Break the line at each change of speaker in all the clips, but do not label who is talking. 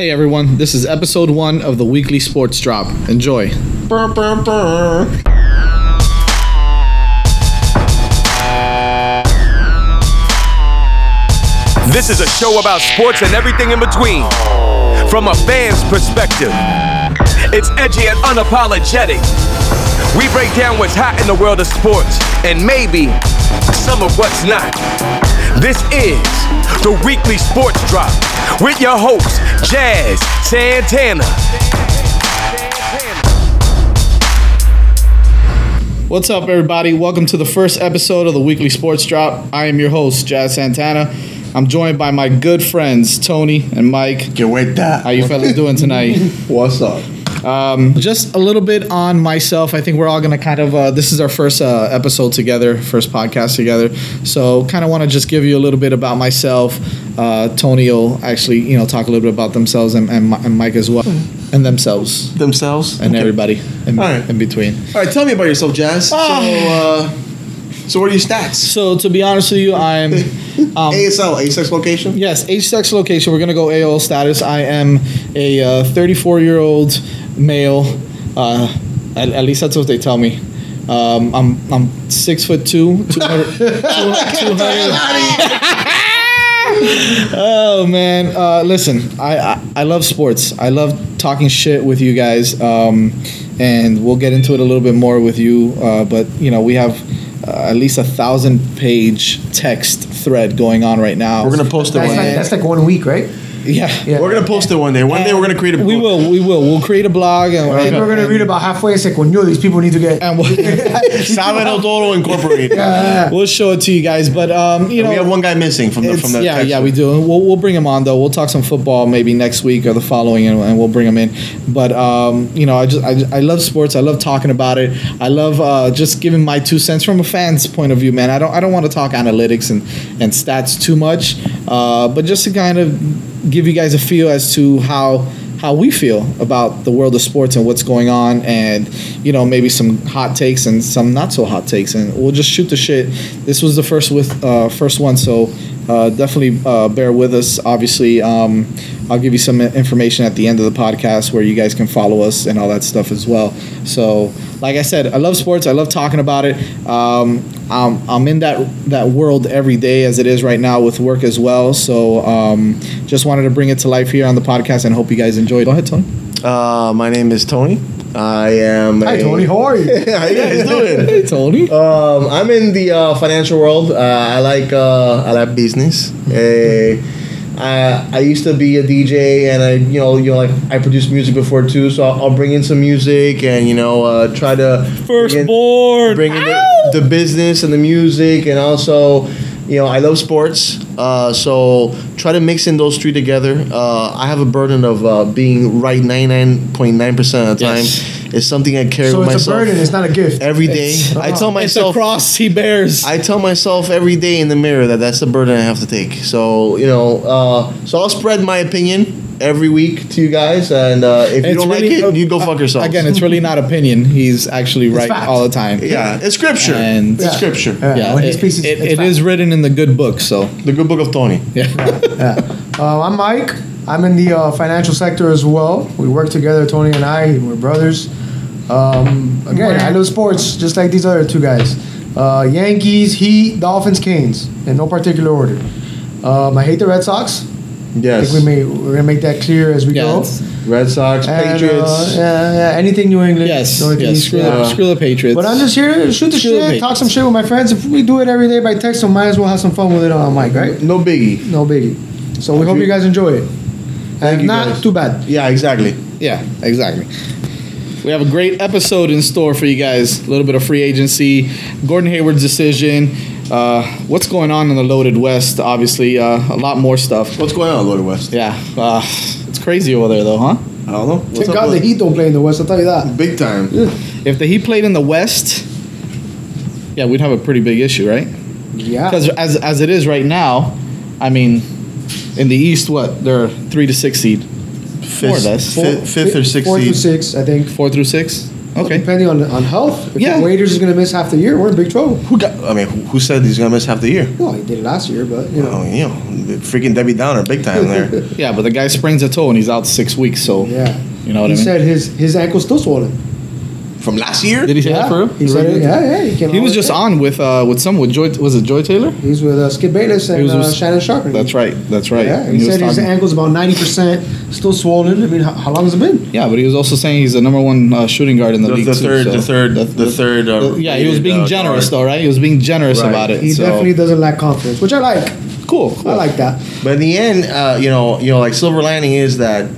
Hey everyone, this is episode one of the weekly sports drop. Enjoy. Brr, brr, brr.
This is a show about sports and everything in between. From a fan's perspective, it's edgy and unapologetic. We break down what's hot in the world of sports and maybe some of what's not. This is the weekly sports drop with your host, Jazz Santana.
What's up, everybody? Welcome to the first episode of the weekly sports drop. I am your host, Jazz Santana. I'm joined by my good friends Tony and Mike.
Que vuelta.
How you fellas doing tonight? Um,
What's up?
Just a little bit on myself. I think we're all gonna kind of. Uh, this is our first uh, episode together, first podcast together. So, kind of want to just give you a little bit about myself. Uh, Tony will actually, you know, talk a little bit about themselves and, and, Mi- and Mike as well, and themselves
Themselves?
and
Hmm. Okay.
everybody in,
All right.
in between.
All right, tell me about yourself, Jazz.
Ah.
So, uh, so what are your stats?
So, to be honest with you, I'm Um,
ASL, A6 location?
yes, age, sex, location. We're gonna go AOL status. I am a 34 year old male. Uh, at, at least that's what they tell me. Um, I'm I'm six foot two, 200, 200 Oh man, uh, listen, I, I I love sports. I love talking shit with you guys, um, and we'll get into it a little bit more with you. Uh, but you know, we have uh, at least a thousand page text thread going on right now.
We're going to post it
That's
one
like,
day.
that's like one week, right?
yeah.
Yeah.
We're going to post it one day. One day we're going to create a
We
book.
will. We will. We'll create a blog and,
And we're gonna read about halfway. It's like, well, no, these people need to get.
and we'll,
Salvador Toro Incorporated.
we'll show it to you guys. But um, you know,
We have one guy missing from the
It's-
from the
yeah,
text.
yeah, we do. And we'll, we'll bring him on though. We'll talk some football maybe next week or the following, and, and we'll bring him in. But um, you know, I just I, I love sports. I love talking about it. I love uh, just giving my two cents from a fan's point of view, man. I don't I don't want to talk analytics and and stats too much, uh, but just to kind of give you guys a feel as to how how we feel about the world of sports and what's going on and you know maybe some hot takes and some not so hot takes and we'll just shoot the shit this was the first with uh, first one so uh, definitely uh, bear with us obviously um, i'll give you some information at the end of the podcast where you guys can follow us and all that stuff as well so like i said i love sports i love talking about it um, I'm, I'm in that that world every day as it is right now with work as well so um, just wanted to bring it to life here on the podcast and hope you guys enjoy go ahead tony
Uh, my name is Tony. I am.
Hi,
a-
Tony. How are you?
How you guys doing?
hey tony
Um, I'm in the uh, financial world. Uh, I like uh, I like business. Eh, I, I used to be a DJ, and I you know you know like I produced music before too. So I'll, I'll bring in some music, and you know uh, try to bring in-
firstborn
bring in the, the business and the music and also you know i love sports uh, so try to mix in those three together uh, i have a burden of uh, being right 99.9% of the time
Yes.
it's something i carry
So
with
it's
myself
a burden. It's not a gift.
every day
It's-
i tell
it's a
myself
cross he bears
I tell myself every day in the mirror that that's the burden I have to take. So you know, uh, so I'll spread my opinion every week to you guys, and uh, if you
It's
don't
really-
like it, you go fuck yourself.
again it's really not opinion he's actually right
fact.
all the time
yeah, it's scripture.
And-
it's
Yeah.
scripture.
Yeah.
yeah
when
it-
these pieces-
it-
it's
it
fact.
is written in the good book so
The good book of Tony.
yeah
Uh, I'm Mike. I'm in the uh, financial sector as well. We work together, Tony and I. We're brothers. Um, again, I love sports, just like these other two guys. Uh, Yankees, Heat, Dolphins, Canes, in no particular order. Um, I hate the Red Sox. I
Yes.
think we may we're gonna make that clear as we
Yeah,
go.
it's-
Red Sox,
And, uh,
Patriots.
yeah, yeah, anything New England.
yes yes
Northeast,
screw,
yeah.
the, screw the patriots
But I'm just here to shoot the
Shoot the
shit,
bait.
talk some shit with my friends. If we do it every day by text, so might as well have some fun with it on mic, right?
No biggie.
No biggie. So we
Thank
hope
you.
you guys enjoy it.
Thank
And
you,
not
guys.
too bad.
Yeah, exactly.
Yeah, exactly. We have a great episode in store for you guys. A little bit of free agency, Gordon Hayward's decision, uh, what's going on in the loaded West, obviously, uh, a lot more stuff.
What's going on, Lord West?
Yeah, uh, it's crazy over there, though, huh?
I don't know. What's
Thank God the
Lloyd?
Heat don't play in the West, I'll tell you that.
Big time.
If the Heat played in the West, yeah, we'd have a pretty big issue, right?
Yeah.
Because as, as it is right now, I mean, in the East, what? They're three to six seed,
Fifth,
More or less.
fi- fifth or sixth
Four through
seed.
six, I think.
four through six. Okay.
Depending on on health, if
Yeah.
Waiters is going to miss half the year, we're in big trouble.
Who got? I mean, who, who said he's gonna miss half the year?
No, he did it last year, but you know.
I mean, you know, freaking Debbie Downer, big time there.
Oh, Yeah, but the guy sprains a toe and he's out six weeks. So
Yeah.
you know what
he
I mean.
said his his ankle's still swollen.
From last year,
Did he say
yeah.
that for real?
He said it. Yeah, yeah. He, came
He
out
was
with
just
it.
on with uh, with some with Joy. Was it Joy Taylor?
He's with uh, Skip Bayless and
He was
uh,
with-
Shannon Sharp.
That's right. That's right.
Yeah,
And
he,
he was
said his
talking-
ankle's about ninety percent still swollen. I mean, how, how long has it been?
Yeah, but he was also saying he's the number one uh, shooting guard in the,
the,
league.
the,
too,
third,
so-
the third, the third, uh,
yeah, he was
rated,
being
uh,
generous
guard.
though, right? He was being generous
Right.
about it.
He
so-
definitely doesn't lack confidence, which I like.
cool. cool.
I like that.
But in the end, uh, you know, you know, like silver lining is that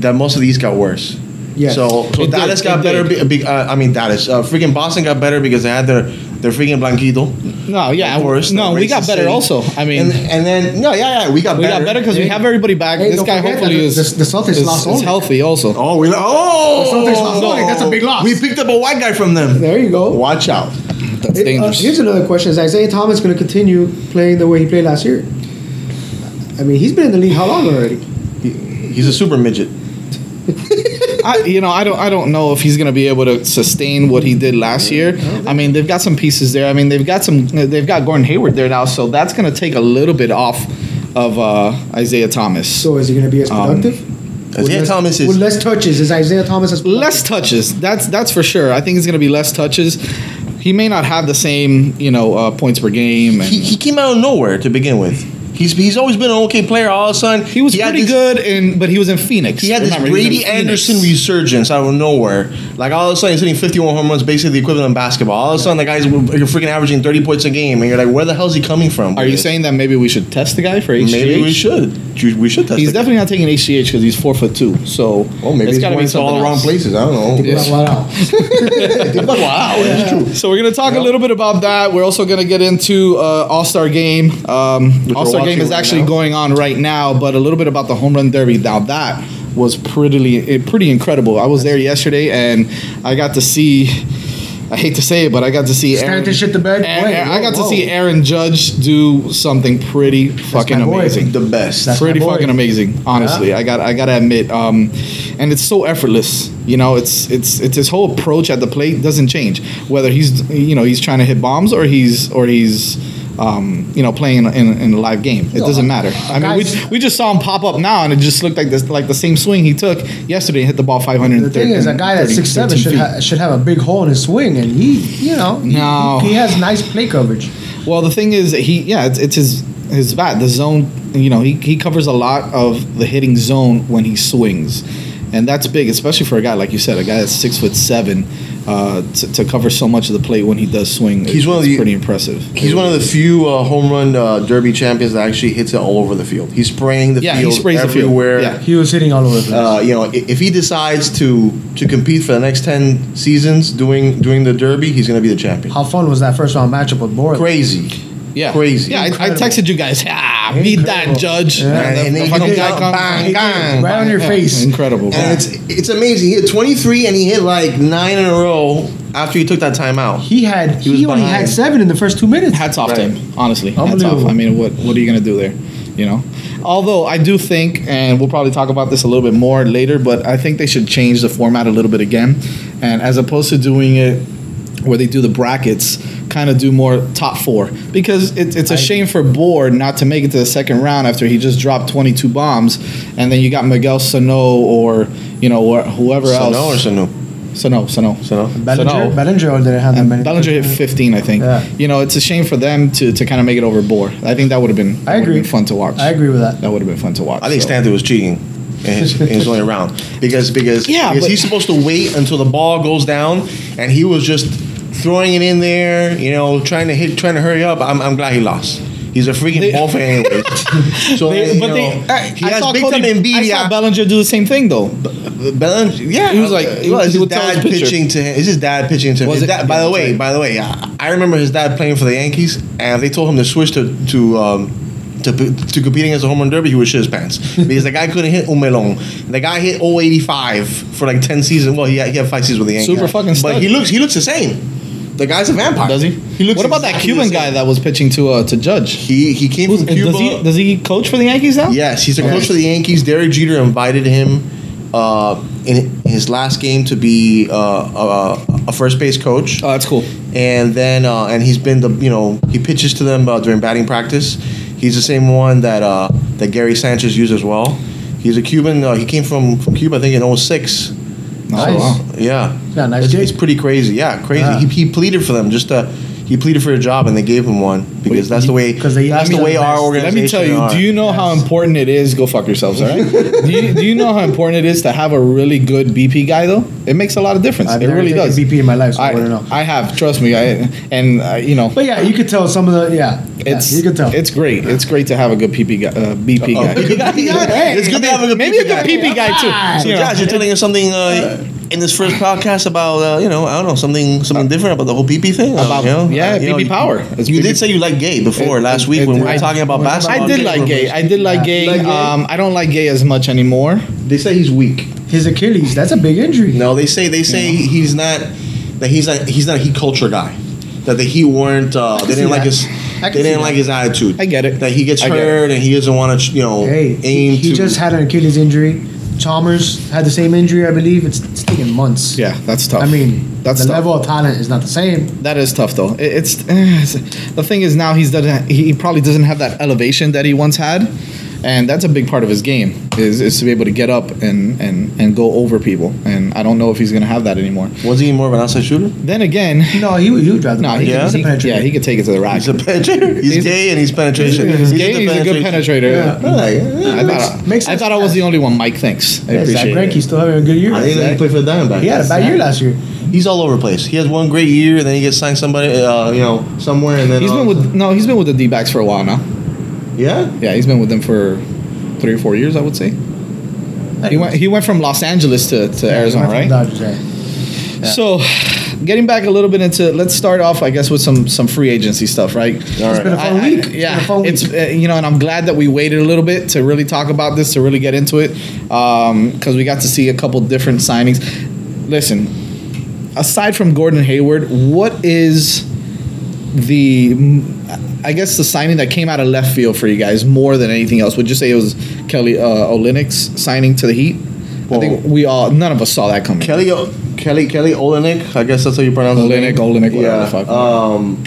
that most of these got worse.
Yes.
So, so
It did,
Dallas
it
got better. Be,
did.
be, uh, I mean, Dallas. Uh, freaking Boston got better because they had their their freaking blanquito.
No, yeah,
Of course,
no,
the
we got
racist
better
city.
also. I mean,
And, and then no, yeah, yeah, we got
we
better.
got better because we have everybody back.
Hey,
this
don't
guy
forget
hopefully
that
is
the- the Celtics
is, is
lost only.
healthy also.
Oh, we oh,
Celtics lost money. That's a big loss.
We picked up a white guy from them.
There you go.
Watch out.
That's
It- uh,
dangerous.
here's another question: Is Isaiah Thomas going to continue playing the way he played last year? I mean, he's been in the league how long already?
He's a super midget.
I, you know, I don't, I don't know if he's going to be able to sustain what he did last year. I mean, they've got some pieces there. I mean, they've got some, they've got Gordon Hayward there now, so that's going to take a little bit off of uh, Isaiah Thomas.
So is he going to be as
Um,
productive? With
Isaiah
less-
Thomas is-
with less touches. Is Isaiah Thomas as productive?
less touches. That's that's for sure. I think it's going to be less touches. He may not have the same, you know, uh, points per game. And
He, he came out of nowhere to begin with. He's he's always been an okay player. All of a sudden,
he was
had
pretty
this-
good, in, but he was in Phoenix.
He had this
Remember, was in
Brady
Phoenix.
Anderson resurgence out of nowhere. Like all of a sudden, he's hitting 51 home runs, basically the equivalent of basketball. All of a sudden, the guy's you're freaking averaging 30 points a game, and you're like, where the hell is he coming from?
Are you saying that maybe we should test the guy for HGH?
maybe we should? You- We should test.
He's
the guy.
definitely not taking HGH because he's four foot two. So
Well, maybe
it's
he's
gotta
going to all the
something
wrong
else.
places. I don't know.
Yeah.
Wow, wow.
wow, it's true.
So we're gonna talk a little bit about that. We're also gonna get into uh, All Star Game. Um,
we're
All Star Game
watching
is
right
actually
now.
going on right now, but a little bit about the home run derby. Now that was pretty eh, pretty incredible. I was there yesterday and I got to see. I hate to say it, but I got to see
Stand
Aaron.
to shit the bed?
Aaron-
Wait,
Aaron- I got
whoa,
to see
whoa.
Aaron Judge do something pretty fucking
my boy.
amazing.
The best.
That's-
pretty
my boy.
fucking amazing, honestly. I got I gotta admit, um, and it's so effortless. You know, it's it's it's his whole approach at the plate doesn't change. Whether he's you know he's trying to hit bombs or he's or he's um, you know playing in, in a live game. It doesn't matter. I mean, we,
uh, guys-
we just saw him pop up now, and it just looked like this like the same swing he took yesterday and hit the ball five hundred.
The thing is, a guy that's six seven should ha- should have a big hole in his swing, and he, you know, he-
No.
he, has nice play coverage.
Well, the thing is, he yeah, it's, it's his his bat. The zone, you know, he, he covers a lot of the hitting zone when he swings, and that's big, especially for a guy like you said, a guy that's six foot seven, uh, to, to cover so much of the plate when he does swing.
He's
is-
one of
is
the-
pretty impressive.
He's one of the few uh, home run uh, derby champions that actually hits it all over the field. He's spraying the
Yeah, he
field
sprays the field.
everywhere.
Yeah.
He was hitting all over the place.
uh, you know, i- if he decides to to compete for the next ten seasons doing doing the Derby, he's gonna be the champion.
how fun was that first round matchup with Boris?
Crazy.
Yeah,
Crazy.
Yeah, I, I
Incredible.
texted you guys. Ah, beat that
Incredible.
judge.
Yeah.
And the-
And
the
he
fucking
goes
guy
out,
comes-
bang, bang.
Right on your
Yeah,
face.
Incredible.
And it's it's amazing. He hit 23 and he hit like nine in a row after he took that timeout.
He had
He
he,
was
only
behind.
had seven in the first two minutes.
hats off to
Right.
him honestly hats off
Unbelievable.
i mean what what are you gonna do there you know although i do think and we'll probably talk about this a little bit more later but i think they should change the format a little bit again and as opposed to doing it where they do the brackets kind of do more top four because it, it's a shame for Board not to make it to the second round after he just dropped 22 bombs and then you got Miguel Sano or you know or whoever
Sano or
else
Sano?
Sano Sano
Sano.
Bellinger,
Sano.
Bellinger didn't have Mm-hmm. that many.
and Bellinger hit 15, I think.
Yeah.
You know, it's a shame for them to, to kind of make it overboard. I think that would have been, that
I
would've
agree.
been fun to watch.
I agree with that.
That would have been fun to watch.
I think
so.
Stanton was cheating in his, in his only round because because
Yeah,
because
but-
he's supposed to wait until the ball goes down and he was just throwing it in there, you know, trying to hit, trying to hurry up. I'm, I'm glad he lost. He's a freaking
They-
ball fan anyways. So
They-
you
but
know,
they, I,
he
I
has
saw
big
Cody,
time
I
Embiid.
saw
I-
Bellinger do the same thing though.
Bellinger, yeah,
He was like-
it was
he
his
would tell his
dad
pitcher.
pitching to him. It's his dad pitching to him.
Was
His
it-
dad- by
yeah,
the
that's
way,
right.
by the way, I, I remember his dad playing for the Yankees, and they told him to switch to to. Um, to, to competing as a home run derby, he would shit his pants because the guy couldn't hit Umelon. The guy hit 085 for like ten seasons. Well, he had, he had five seasons with the Yankees.
Super fucking
But
stud.
he looks he looks the same. The guy's a vampire.
Does he?
He looks.
what about that
exactly
Cuban
the
guy
same.
that was pitching to uh, to Judge?
he he came
Who's,
from Cuba.
does he does he coach for the Yankees now?
Yes, he's a
Okay.
coach for the Yankees. Derek Jeter invited him uh, in his last game to be uh, a, a first base coach.
Oh, that's cool.
and then uh, and he's been the you know he pitches to them uh, during batting practice. He's the same one that uh, that Gary Sanchez used as well. He's a Cuban. Uh, he came from, from Cuba, I think, in 06.
Nice.
wow.
Yeah,
Yeah, nice
It's,
gig.
it's pretty crazy. Yeah, crazy.
Yeah.
He, he pleaded for them. Just uh, he pleaded for a job, and they gave him one because that's the way.
'cause they-
that's
let
the
me-
way our
Let
organization.
me tell you.
are.
Do you know how important it is? Go fuck yourselves. All right. do, you, do you know how important it is to have a really good BP guy though? It makes a lot of difference.
I've
it
never
really
taken
does.
BP in my life, so I,
I,
wouldn't know.
I have. Trust me. I and uh, you know.
But yeah, you could tell some of the yeah.
It's
yeah, you could tell.
It's great. It's great to have a good PP guy, uh, BP
Oh,
guy.
it's good to have a good
Maybe a good
guy.
PP guy too.
So
You know.
Josh, you're telling us something uh, in this first podcast about uh, you know I don't know something something different about the whole PP thing. uh,
About-
you know?
yeah,
Uh, you know,
PP power. It's
you
PP
did say you like gay before
It-
last
it-
week
it-
when we were
I-
talking about basketball.
I did like gay. I did like gay.
Like gay?
Um, I don't like gay as much anymore.
They say he's weak.
His Achilles. That's a big injury.
No, they say they say he's not that he's not he's not a heat culture guy. That the Heat weren't uh, they
see
didn't like
that.
his they
I can see
didn't
that.
like his attitude.
I get it.
That he gets
I get it.
hurt and he doesn't want to you know
Hey,
aim
he, he
to.
just had an Achilles injury. Chalmers had the same injury, I believe. It's, it's taken months.
Yeah, that's tough.
I mean,
that's
the
tough.
level of talent is not the same.
That is tough though. It, it's, eh, it's- the thing is now he's doesn't he probably doesn't have that elevation that he once had, and that's a big part of his game is, is to be able to get up and, and and go over people. And I don't know if he's gonna have that anymore.
was he more of an outside shooter?
Then again,
No, he, would- he would drive the
no,
ball.
he,
Yeah.
yeah.
He's a
he,
penetrator.
yeah, he could take it to the rack.
He's a penetrator. He's,
He's-
gay and he's penetration.
He's
the
gay, he's a good penetrator.
Yeah.
I
Like,
thought,
makes
I,
sense.
thought I was the only one. Mike, thanks. I
Yeah, Zach
appreciate it.
Greinke's still having a good year.
I didn't know he
Zach.
played for the Diamondbacks.
He had a bad year last year.
He's all over the place. He has one great year, and then he gets signed somebody, uh, you know, somewhere, and then
He's
all
been
of a
with no, he's been with the D backs for a while now.
sudden- yeah.
Yeah, he's been with them for three or four years, I would say. He went he went from Los Angeles to, to Arizona,
He went
right?
from Dodgers, yeah. Yeah.
So, getting back a little bit into, let's start off, I guess, with some some free agency stuff, right?
All right.
been a fun
I- I-
week. It's
yeah,
been a fun
it's
week.
uh, you know, and I'm glad that we waited a little bit to really talk about this, to really get into it, because we got to see a couple different signings. Listen, aside from Gordon Hayward, what is the mm, I guess the signing that came out of left field for you guys more than anything else? Would you say it was Kelly uh, Olynyk's signing to the Heat? I think we all none of us saw that coming.
Kelly, O- Kelly, Kelly Olenek. I guess that's how you pronounce his
Olenek,
name.
Olenek, whatever the fuck.
Um,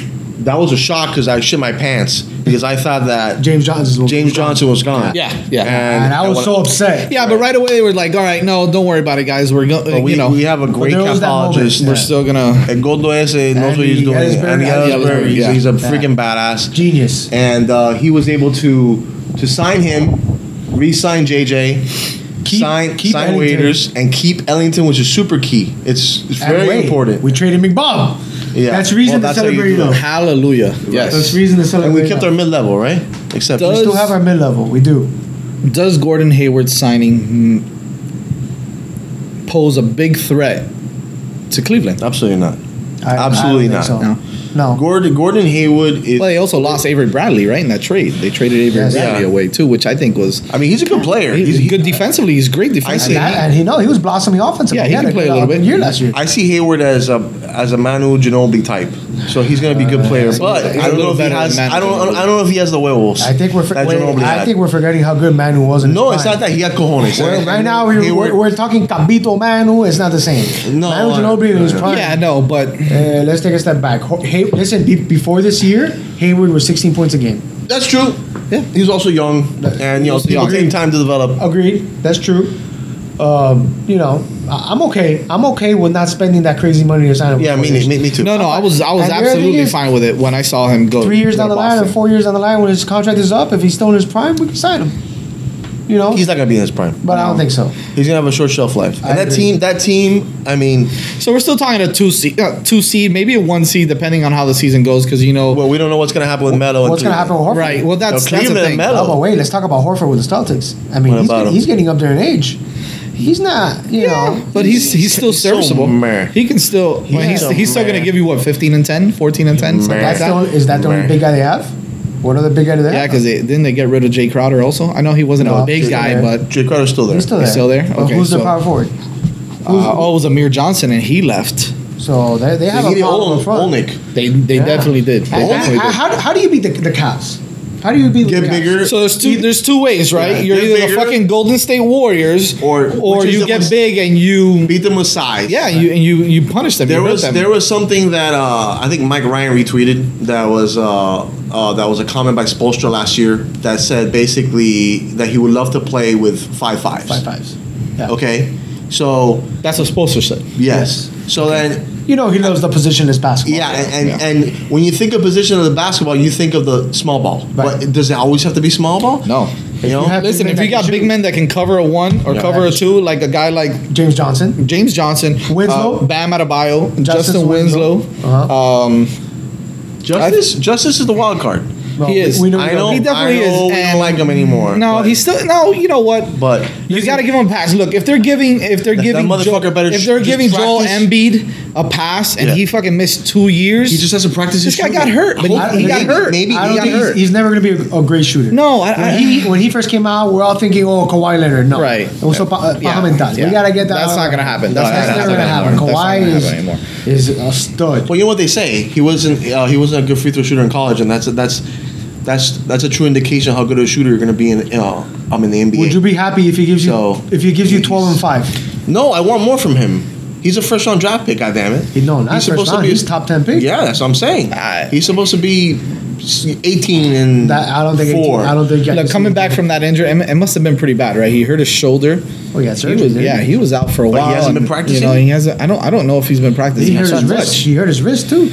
that was a shock because I shit my pants because I thought that
James Johnson's was-
James Johnson was gone.
Yeah, yeah.
And I was so upset.
Yeah, but right away they were like, "All right, no, don't worry about it, guys. We're
But
going.
we,
you know,
we have a great
there was that moment,
capologist.
yeah.
we're still gonna."
And Gordo ese knows what he's
Andy
doing.
Ellsberg.
Andy
Andy
Ellsberg,
Ellsberg,
he's,
yeah.
he's a freaking badass.
Genius.
and uh, he was able to to sign him, re-sign JJ,
Keep-
sign
keep
sign
Ellington.
Waiters, and keep Ellington, which is super key. It's, it's
And
very
wait,
important.
We traded McBob.
Yeah.
Yeah. That's reason
Well, that's
to
how you
celebrate,
do it.
though.
Hallelujah.
That's
Yes.
reason to celebrate.
and we kept
though.
our mid level, right? Except
Does-
We still have our mid level. We do.
Does Gordon Hayward signing mm, pose a big threat to Cleveland?
absolutely not.
I-
Absolutely
I don't
not.
think
No.
So. No.
Gordon Gordon Hayward is.
Well, they also lost Avery Bradley, right? In that trade, they traded Avery
Yes.
Bradley
Yeah.
away too, which I think was
I mean, he's a good player.
he's
He's, he-
good defensively. He's great
say
defensively.
And, that, and he no, he was blossoming offensively.
Yeah, he
had
can play a
good
little
up-
bit.
Year last year.
I see Hayward as a as a Manu Ginobili type, so he's going to be a good player.
Uh, he's-
But
he's
I
a
don't know
little
if he
better than
has.
Manu
I don't.
Ginobili.
I don't know if he has the werewolves.
I think we're for,
that
wait,
Ginobili
I
had.
think we're forgetting how good Manu was. In
No,
his
it's not
prime.
that he had cojones.
We're, right now we,
Hayward-
we're, we're talking Capito Manu. It's not the same.
No, uh,
Manu
I-
Ginobili in his prime.
Yeah, no, but
Uh, let's take a step back. Ho- Hey, listen, be- before this year, Hayward was 16 points a game.
That's true.
Yeah.
He's also young, and you know,
also
people
young.
take time to develop.
Agreed. That's true. Um, you know, I- I'm okay. I'm okay with not spending that crazy money to sign him.
Yeah, me, me, me too.
no, no, I was I was
And the other thing
absolutely
is-
fine with it when I saw him go
Three years
go
down
to
the line, or
Boston.
four years down the line, when his contract is up, if he's still in his prime, we can sign him. You know,
He's not gonna be in his prime.
but I don't think so.
He's gonna have a short shelf life. And
I
that
agree.
team, that team, I mean,
So we're still talking a two seed, uh, two seed, maybe a one seed, depending on how the season goes, because you know.
well, we don't know what's gonna happen with Melo. and
What's gonna
Cleveland.
happen with Horford?
Right. Well, that's, that's the
Cleveland
thing.
Melo.
Oh, but wait, let's talk about Horford with the Celtics. I mean,
What
he's,
about
get-
him?
he's getting up there in age. He's not, you know.
But he's he's still
He's so
serviceable.
meh.
he can still. well,
He's
he's
so
he's still going
meh.
to give you what 15 and 10, 14 and 10, something like
That's the
that.
only, is that the only
Right.
big guy they have? What other big guy do they
Yeah,
have?
because didn't they get rid of Jay Crowder also? I know he wasn't
No,
a big
he's still
guy,
there.
but
Jay Crowder's still there.
he's still there.
He's still there?
But
Okay,
who's
so-
the power forward?
uh, oh, it was Amir Johnson and he left.
So they, they
They
have a
needed
problem in
Olnik.
front.
Olnik.
They they
Yeah.
definitely did. They
And- and-
definitely
and
did.
How, do- how do you beat the, the Cavs? How do you be
Get bigger.
So there's two there's two ways, right?
Yeah,
You're
get
either
bigger.
the fucking Golden State Warriors
Or-
or
which is
you
the
get
most-
big and you
Beat them with size.
yeah, you and you you punish them.
There
you hurt
was
them.
there was something that uh, I think Mike Ryan retweeted that was uh, uh, that was a comment by Spolstra last year that said basically that he would love to play with five fives.
five fives? Yeah.
Okay, so
That's what Spolster said.
yes, so then
You know he loves the positionless basketball.
yeah, and and,
Yeah.
and when you think of position of the basketball, you think of the small ball.
Right.
But does it always have to be small ball?
No.
you know.
You have-
Listen,
Big
if
men
you
that
got
can
big
shoot.
men that can cover a one or cover a two, like a guy like
James Johnson.
James Johnson,
Winslow?
uh, Bam Adebayo, Justin,
Justin
Winslow.
Winslow. Uh-huh.
Um,
Justice, justice is the wild card.
Well,
He is.
We know
I
he
know.
loves-
He definitely
I
is,
know We
and-
don't like him anymore.
no,
but-
he's still no. You know what?
But
You got to give him a pass. Look, if they're giving, if they're
That- that
giving,
motherfucker
Joel-
better
if
sh-
they're
just
giving Joel
practice.
Embiid a pass and
Yeah.
he fucking missed two years,
he just hasn't practiced.
this
his
guy got
shooting.
hurt, but
I
he,
hope-
he got
maybe-
hurt.
Maybe
I
he
don't
got
think he's,
hurt.
he's never going to be a, a great shooter.
No, I-
when
I-
he when he first came out, we're all thinking, oh, Kawhi Leonard. No,
Right.
It was so pa- uh,
Yeah,
Baja mental.
yeah.
We gotta get that.
That's not gonna happen. That's not gonna
never
happen
gonna
anymore.
happen. Kawhi
That's
is
not gonna
is a stud.
Well, you know what they say. He wasn't. Uh, he wasn't a good free throw shooter in college, and that's that's that's that's a true indication of how good of a shooter you're going to be in. Uh, I'm in the NBA.
Would you be happy if he gives you
So,
if he gives you
he's-
twelve and five?
no, I want more from him. He's a first round draft pick. God damn it.
He- no, not first round. He's top 10 pick.
Yeah, that's what I'm saying.
Ah.
He's supposed to be 18 and
That I don't think.
four.
I don't think.
Look, coming back from that injury, it it must have been pretty bad, right? He hurt his shoulder.
Oh yeah,
He
surgery.
was,
didn't
yeah, he was out for a
But he
while.
hasn't been
and,
practicing?
You know, he hasn't. I don't. I don't know if he's been practicing.
He hurt
so
his
much.
wrist. He hurt his wrist too.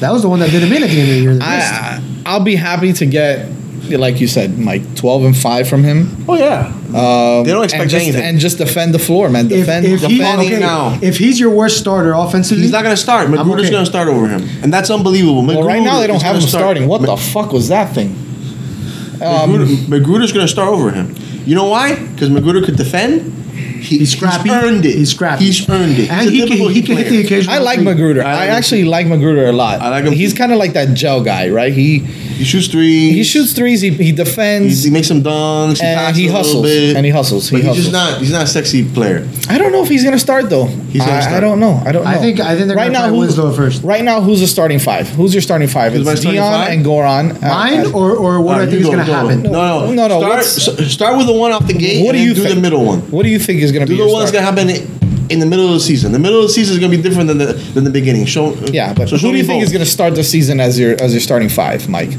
That was the one that did him in at the end of the year. The
uh,
wrist.
I, I'll be happy to get, like you said, Mike, twelve and five from him.
Oh yeah.
Um,
They don't expect
and just,
anything.
And just defend the floor, man.
if,
Defend.
if, he,
defend
okay,
now.
if he's your worst starter offensively,
He's not going to start. Magruder's
okay.
going to start over him, and that's unbelievable.
well, right now they
Magruder
don't
is
have him
gonna start-
starting. What the fuck was that thing?
um,
Magruder, Magruder's going to start over him. You know why? Because Magruder could defend. He,
He's scrappy.
He's earned it.
He's scrappy.
He's earned it.
and
He's
he
a
can,
typical
he can hit
player.
the occasional.
I like
three.
Magruder.
I
I,
like him.
actually like Magruder a lot.
I like him.
He's kind of like that gel guy, right? He
He shoots three.
he shoots threes. He, he defends.
He, he makes some dunks.
And
passes
he
a little
hustles.
bit.
And he hustles. He
but he's
hustles.
just not. He's not a sexy player.
I don't know if he's gonna start though. He's
gonna
I,
start.
I don't know. I don't know.
I think- I think they're gonna try
who-
Winslow first.
Right now, who's the starting five? Who's your starting five?
Who's my
it's
starting
Dion
five?
and Goran. Uh,
Mine
uh,
or, or what
All right,
do I think
you
is
go,
going to
go.
happen.
No, no,
No, no,
Start,
what's-
s- start with the one off the gate.
what do you
do
think?
the middle one.
What do you think is gonna
Do
be
the
your
one that's
starter?
gonna happen in, in the middle of the season. The middle of the season is gonna be different than the than the beginning. Show.
Yeah, but
so show
who do
me
you think
both.
is gonna start the season as your as your starting five, Mike?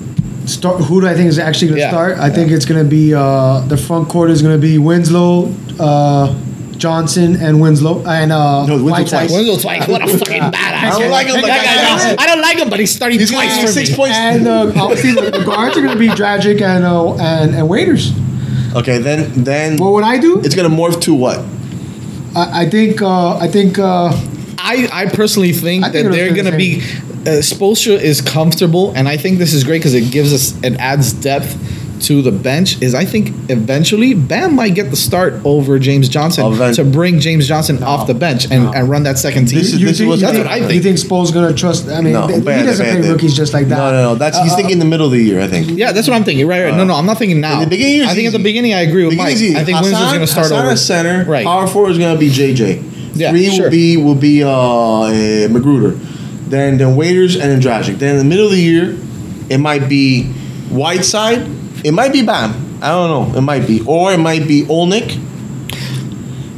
Start, who do I think is actually going to
Yeah.
start? I think it's going to be uh, the front court is going to be Winslow, uh, Johnson, and Winslow and uh,
No, Winslow
Whiteside.
twice.
Winslow twice. What a fucking badass.
I don't like him, but
That
I got
guy's-
him.
I don't like him, but he's starting
He's gonna
twice
get
for
six
me.
points.
And uh, obviously the, the guards are going to be Dragic and uh, and and Waiters.
Okay, then then
What would I do?
it's gonna morph to what?
I, I think uh, I think uh,
I, I personally think
I
that
think it'll
they're
stay the
going to be. Uh, Spoelstra is comfortable, and I think this is great because it gives us it adds depth to the bench. Is I think eventually Bam might get the start over James Johnson
Event-
to bring James Johnson off the bench and, and run that second team.
This is-
you
this
think,
was-
you
that's
think,
what I
You
think.
think Spo's going to trust? I mean,
No,
th-
bad,
he doesn't
bad,
play
bad.
rookies just like that.
No, no, no. That's he's
Uh,
thinking the middle of the year. I think.
Yeah, that's what I'm thinking. Right, right. No, no, I'm not thinking now.
the beginning is
I think at
easy.
the beginning I agree with
Beginning
Mike.
is easy.
I think
Hassan,
Winslow's going to start
Hassan
over.
is center.
Right.
Power forward is going to be JJ.
Yeah,
Three
sure.
will be will be uh, eh, Magruder. Then then Waiters and then Dragic. Then in the middle of the year, it might be Whiteside. It might be Bam. I don't know. It might be or it might be Olnick.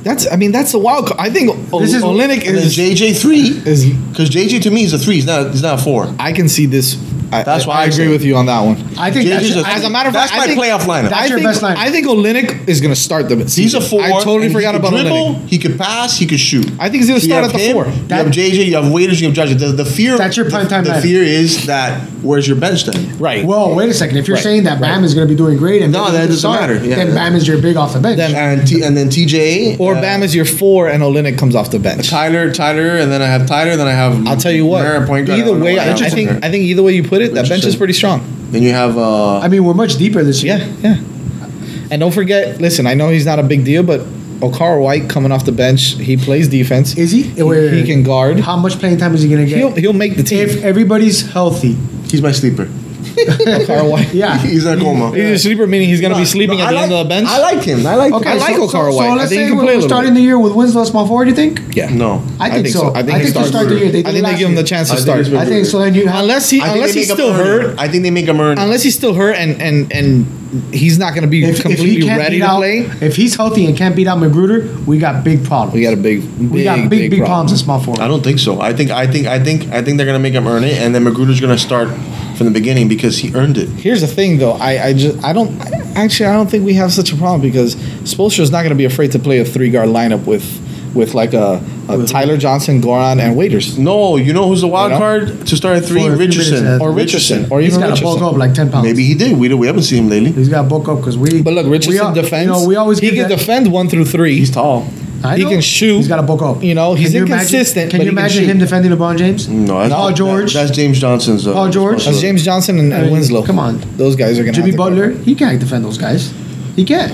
That's I mean that's a wild. Card. I think o-
This is-
Olenek
And then
is,
JJ three.
is
Because JJ to me is a three. He's not. He's not a four.
I can see this. I,
That's
I-
why
I
I
agree
say-
with you on that one.
I think
JJ's
that's,
a-
As a matter of fact,
That's my
I think,
playoff lineup.
I
That's your
think-
best lineup.
I think Olenek is going to start the.
He's
season.
a four.
I totally
and
forgot
he
about
could dribble,
Olenek.
He could pass. He could shoot.
I think he's gonna
So you
start
have
at the
him,
four.
You
That-
have JJ. You have Waiters. You have Dragic. The, the fear.
That's your prime
the,
time
The
lineup.
fear is that where's your bench then?
Right.
Well, wait a second. If you're
Right,
saying that Bam is going to be doing great and
No,
then
that
he's the
doesn't
starter,
matter. Yeah,
then
yeah.
Bam is your big off the bench.
Then-
and T, and then TJ
or
uh,
Bam is your four, and Olenek comes off the bench.
Tyler, Tyler, and then I have Tyler, then I have.
I'll tell you what.
Merritt, point guard,
Either
don't know
way,
what
I, I
happens
think
there.
I think either way you put it, that bench is
Richardson.
pretty strong.
then you have. Uh,
I mean, we're much deeper this year.
Yeah, yeah. And don't forget, listen, I know he's not a big deal, but Okara White coming off the bench, he plays defense.
Is he?
He, he can guard.
How much playing time is he going to get?
He'll he'll make the team.
if everybody's healthy,
he's my sleeper.
Okara White.
Yeah.
He's in a coma.
He's a sleeper, meaning he's gonna be sleeping
No,
at
I
the
like,
end of the bench.
I liked him. I liked
I
him.
like Okara
so,
White.
So
I think
let's
he
say
can
we're,
play a
we're
little
starting the year with Winslow small forward. You think?
yeah.
No.
I think so.
I think,
I
he
think they
starts.
start the year. They
I
did
think they
last
give him the
year.
chance to
I think
start.
it's been-
I think so. Then you have
Unless he,
I think
unless
they
he's
make him
still
earn it.
hurt,
I think they make him earn. it.
unless he's still hurt, and and and he's not gonna be
if, if he
completely
can't
ready
beat
to
out,
play.
if he's healthy and can't beat out Magruder, we got big problems.
We got a big, big,
we got big big, problems in small forward.
I don't think so. I think I think I think I think they're gonna make him earn it, and then Magruder's gonna start from the beginning because he earned it.
Here's the thing, though. I, I just, I don't. Actually, I don't think we have such a problem because Spoelstra is not going to be afraid to play a three guard lineup with, with like a, a Tyler Johnson, Goran, and Waiters
No, you know who's the wild
You know?
card to start at three?
For a few
Richardson
minutes, uh,
or Richardson, or
He's
even
got to bulk
Richardson.
up like ten pounds.
Maybe he did. We do, we haven't seen him lately.
he's got to bulk up because we.
But look,
we,
Richardson
al-
defends.
You know, we always
he
give
can
that-
defend one through three.
He's tall.
I
he
know.
can shoot.
He's got to bulk up.
You know, he's
you
inconsistent, but
Imagine, can you
he can
imagine
shoot.
him defending LeBron James?
No, that's,
Paul
that-
George.
that's James Johnson's. Uh,
Paul George.
That's James Johnson and, and
I mean,
Winslow.
come on.
those guys are going to. Uh,
Jimmy Butler, he can't defend those guys. He can't.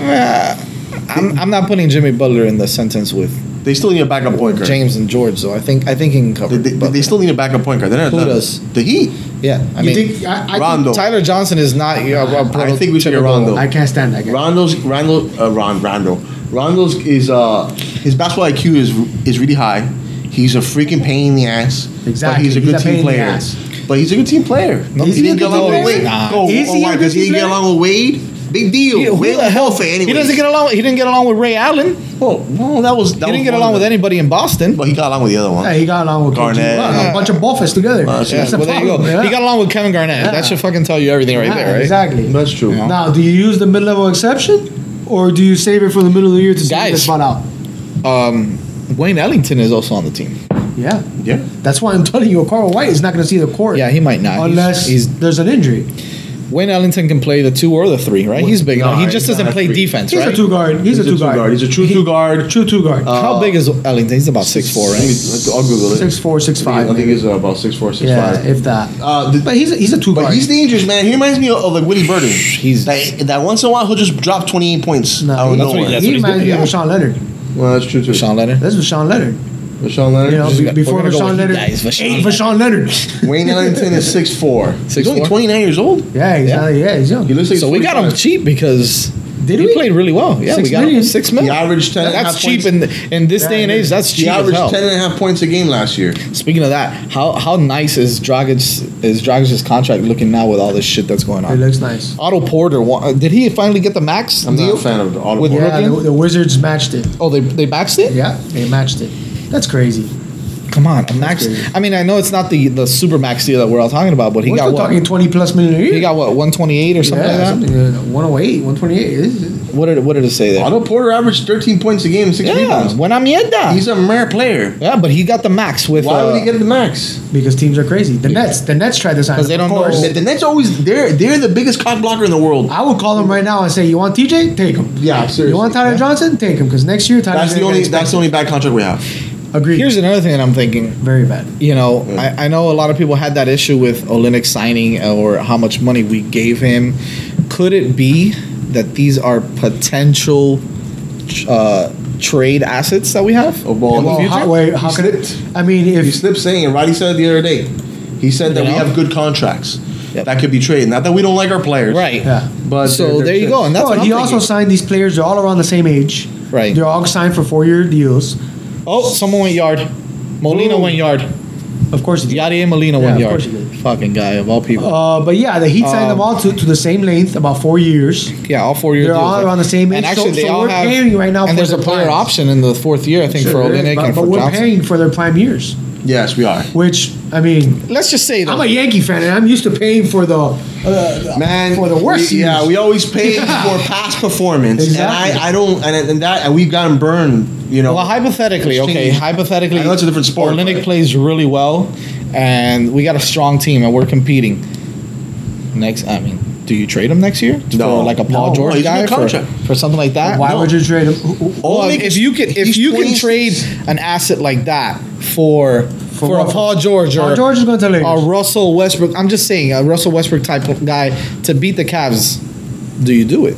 I'm, I'm not putting Jimmy Butler in the sentence with
They still need a backup point guard.
James and George, though. I think I think he can cover.
They, they-
Butler.
they still need a backup point guard. They're not
Who
done.
does?
The Heat.
yeah, I
you
mean,
think? I, I
Rondo.
Tyler Johnson is not. You know, a
I think we should get
prototypical-
Rondo.
Think, I can't stand that guy.
Rondo's Rondo uh, Ron Rondo. Rondo's is uh his basketball IQ is is really high. He's a freaking pain in the ass. But
Exactly.
he's a
He's
good
a pain
team
in the
player.
ass.
But he's a good team player.
Is
he
he a
didn't
good
get along
team
with
player?
Wade.
Nah.
Go,
Is
oh,
he a
why?
good
Because he
team
didn't get
player?
along with Wade. Big deal.
Yeah, who
Wade
the
was
hell?
healthy
He doesn't
anyways.
get along. He didn't get along with Ray Allen.
Well, well, that was. That
he
was
didn't get
one
along
of
with
the-
anybody in Boston.
But he got along with the other one.
Yeah, he got along with KG.
Garnett.
Wow, a bunch of buffers together.
Well, that's-
That's
well,
the
there you go.
problem. yeah.
He got along with Kevin Garnett.
Yeah.
That should fucking tell you everything right
Yeah,
there, right?
Exactly.
That's true.
Yeah.
Now, do you use the mid-level exception, or do you save it for the middle of the year to see
Guys.
this spot out?
Um, Wayne Ellington is also on the team.
Yeah,
Yeah.
that's why I'm telling you, Carl White is not going to see the court.
Yeah, he might not. He's-
unless
he's,
there's an injury.
Wayne Ellington can play the two or the three, right? He's big
No,
enough. He
he's
just
not
doesn't
a
play
three.
defense,
He's
right? Oh.
a two Oh. guard. He's, a two guard.
He's a true two guard.
True two guard.
How big is Ellington? He's about six four,
Let me-
right?
I'll Google it.
Six four, six
I
five.
think
maybe.
he's about six four, six
yeah,
five.
if that.
Uh, the-
but he's a, he's a two
But
guard.
he's dangerous, man. He reminds me of, of like Willie Burton.
He's-
that, that once in a while he'll just drop twenty eight points
No,
out of
he-
That's what
nowhere.
he-
he
he's
reminds
doing,
me
yeah.
of Sean Leonard.
well, that's true too.
Sean Leonard.
That's Sean Leonard.
Rashawn Leonard.
You know, be-
got-
before
we're gonna go
Sean
with you
Leonard.
guys, Rashawn
Hey,
Leonard.
Rashawn Leonard.
Wayne Ellington is six four. He's only
6'4"?
twenty nine years old.
Yeah, he's
Yeah.
not- yeah, he's young.
He looks like
So we got him
45.
cheap because
Did
he
we?
played really well. Yeah,
Six
we got him
million.
six million.
He averaged 10 and a half
That's cheap in
points.
in this
Yeah,
day and
he
age. That's
He
cheap as
averaged
hell.
10 and a half points a game last year.
Speaking of that, how how nice is Dragic is Dragic's contract looking now with all this shit that's going
He
on?
looks nice.
Otto Porter, wa- uh, did he finally get the max
I'm
deal?
not a fan of the Otto
With
Porter.
Yeah, the,
Brooklyn?
the Wizards matched it.
Oh, they they maxed it.
Yeah, they matched it. That's crazy.
Come on, a max.
crazy.
I mean, I know it's not the the super max deal that we're all talking about, but he
We're
got
still
what?
talking 20 plus million a year.
He got what? One twenty eight or something
yeah,
like that.
something, uh, 108, 128. It is-
What did what did it say there?
Otto Porter averaged thirteen points a game, and six
Yeah,
rebounds.
when I'm mierda.
He's a rare player.
yeah, but he got the max with.
Why
uh,
would he get the max?
because teams are crazy. The Nets, the Nets tried to sign
'Cause
him.
they
of
don't
course.
know-
The, the Nets always they're they're the biggest cock blocker in the world.
I would call him right now and say, "You want TJ? Take him.
Yeah, seriously.
You want Tyler Johnson? Take him because next year Tyler
That's the only that's the only bad contract we have.
agreed.
Here's Oh, another thing that I'm thinking.
very bad.
you know, I, I know a lot of people had that issue with Olenek signing or how much money we gave him. Could it be that these are potential uh, trade assets that we have?
Of ball.
In the
Well,
future?
how, wait, how
He
could it?
slipped.
I mean,
He
if
slipped saying, and Roddy said it the other day. He said that
You
we
know?
have good contracts
Yep.
that could be traded. Not that we don't like our players,
right.
yeah.
But
So
they're- they're
there you go,
shit.
and that's
Uh,
what
Well,
I'm
he also
thinking.
signed these players. They're all around the same age.
Right.
They're all signed for four-year deals.
oh, someone went yard. Molina
Ooh.
went yard.
Of course. he did.
Yadier Molina
Yeah,
went
of
yard.
course he did.
Fucking guy of all people.
Uh, but yeah, the Heat signed
Um,
them all to, to the same length, about four years.
yeah, all four years.
Oh. they're all around the same
And
age, so-
actually, they
so
all
we're
have.
paying right now
and
for
there's a
their
player
primes.
option in the fourth year, I think, for
Sure, there is,
Olenek
but,
and
but
for
we're
Johnson.
paying for their prime years,
Yes, we are.
which I mean,
Let's just say that
I'm a Yankee fan, and I'm used to paying for the uh,
Man,
for the worst.
we- yeah,
years.
we always pay for past performance, and
Exactly.
I, I don't, and, and that, and we've gotten burned. You know,
Well, hypothetically,
Exchange.
okay, hypothetically,
I know it's a different sport,
Olenek
but-
plays really well, and we got a strong team, and we're competing. Next, I mean, do you trade him next year
No.
for like a Paul
No.
George
He's in
guy
the
for,
contract.
for something like that?
Why
No.
would you trade him? Who- who-
Well,
Olenek
if
is-
you can, if
he's
you can
26.
trade an asset like that for for, a
what?
Paul George
Paul
or
George is going to Lakers.
a Russell Westbrook, I'm just saying a Russell Westbrook type of guy to beat the Cavs, do you do it?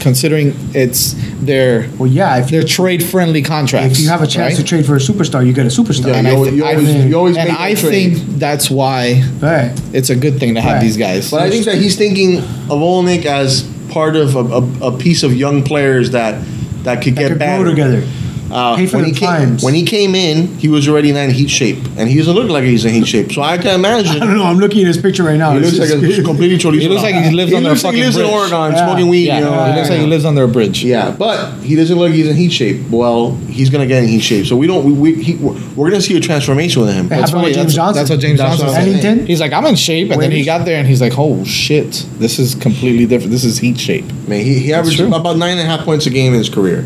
considering it's their
Well, yeah, if,
their trade friendly contracts.
if you have a chance
right?
to trade for a superstar, you get a superstar.
Yeah,
And I
you,
th-
you
I
always,
think-
you always
and
make
I
that trade.
think that's why
Right.
it's a good thing to have
Right.
these guys.
But I think that he's thinking of Olenek as part of a, a, a piece of young players that that could
That
get
could
better.
grow together.
Uh,
Pay for
when,
the
he came,
times.
when he came in, he was already in heat shape, and he doesn't look like he's in heat shape. So I can
I
imagine
don't know. I'm looking at his picture right now.
he
It's
looks like
just-
a completely chorizo.
He looks like he lives
he
under a
looks like
fucking
he lives in
bridge.
Oregon,
Yeah.
smoking weed.
yeah,
you know,
he looks like he
yeah.
lives under a bridge.
Yeah, but he doesn't look like he's in heat shape. Well, he's gonna get in heat shape. So we don't. We, we he, we're gonna see a transformation with him.
Yeah.
That's
Happened
funny.
with
That's,
James Johnson.
that's what James
That's
Johnson
what
said.
I'm saying.
Ellington?
He's like, I'm in shape, and then he
Waiters?
got there, and he's like, oh shit, this is completely different. This is heat shape.
I mean, he, he averaged
true.
about nine and a half points a game in his career.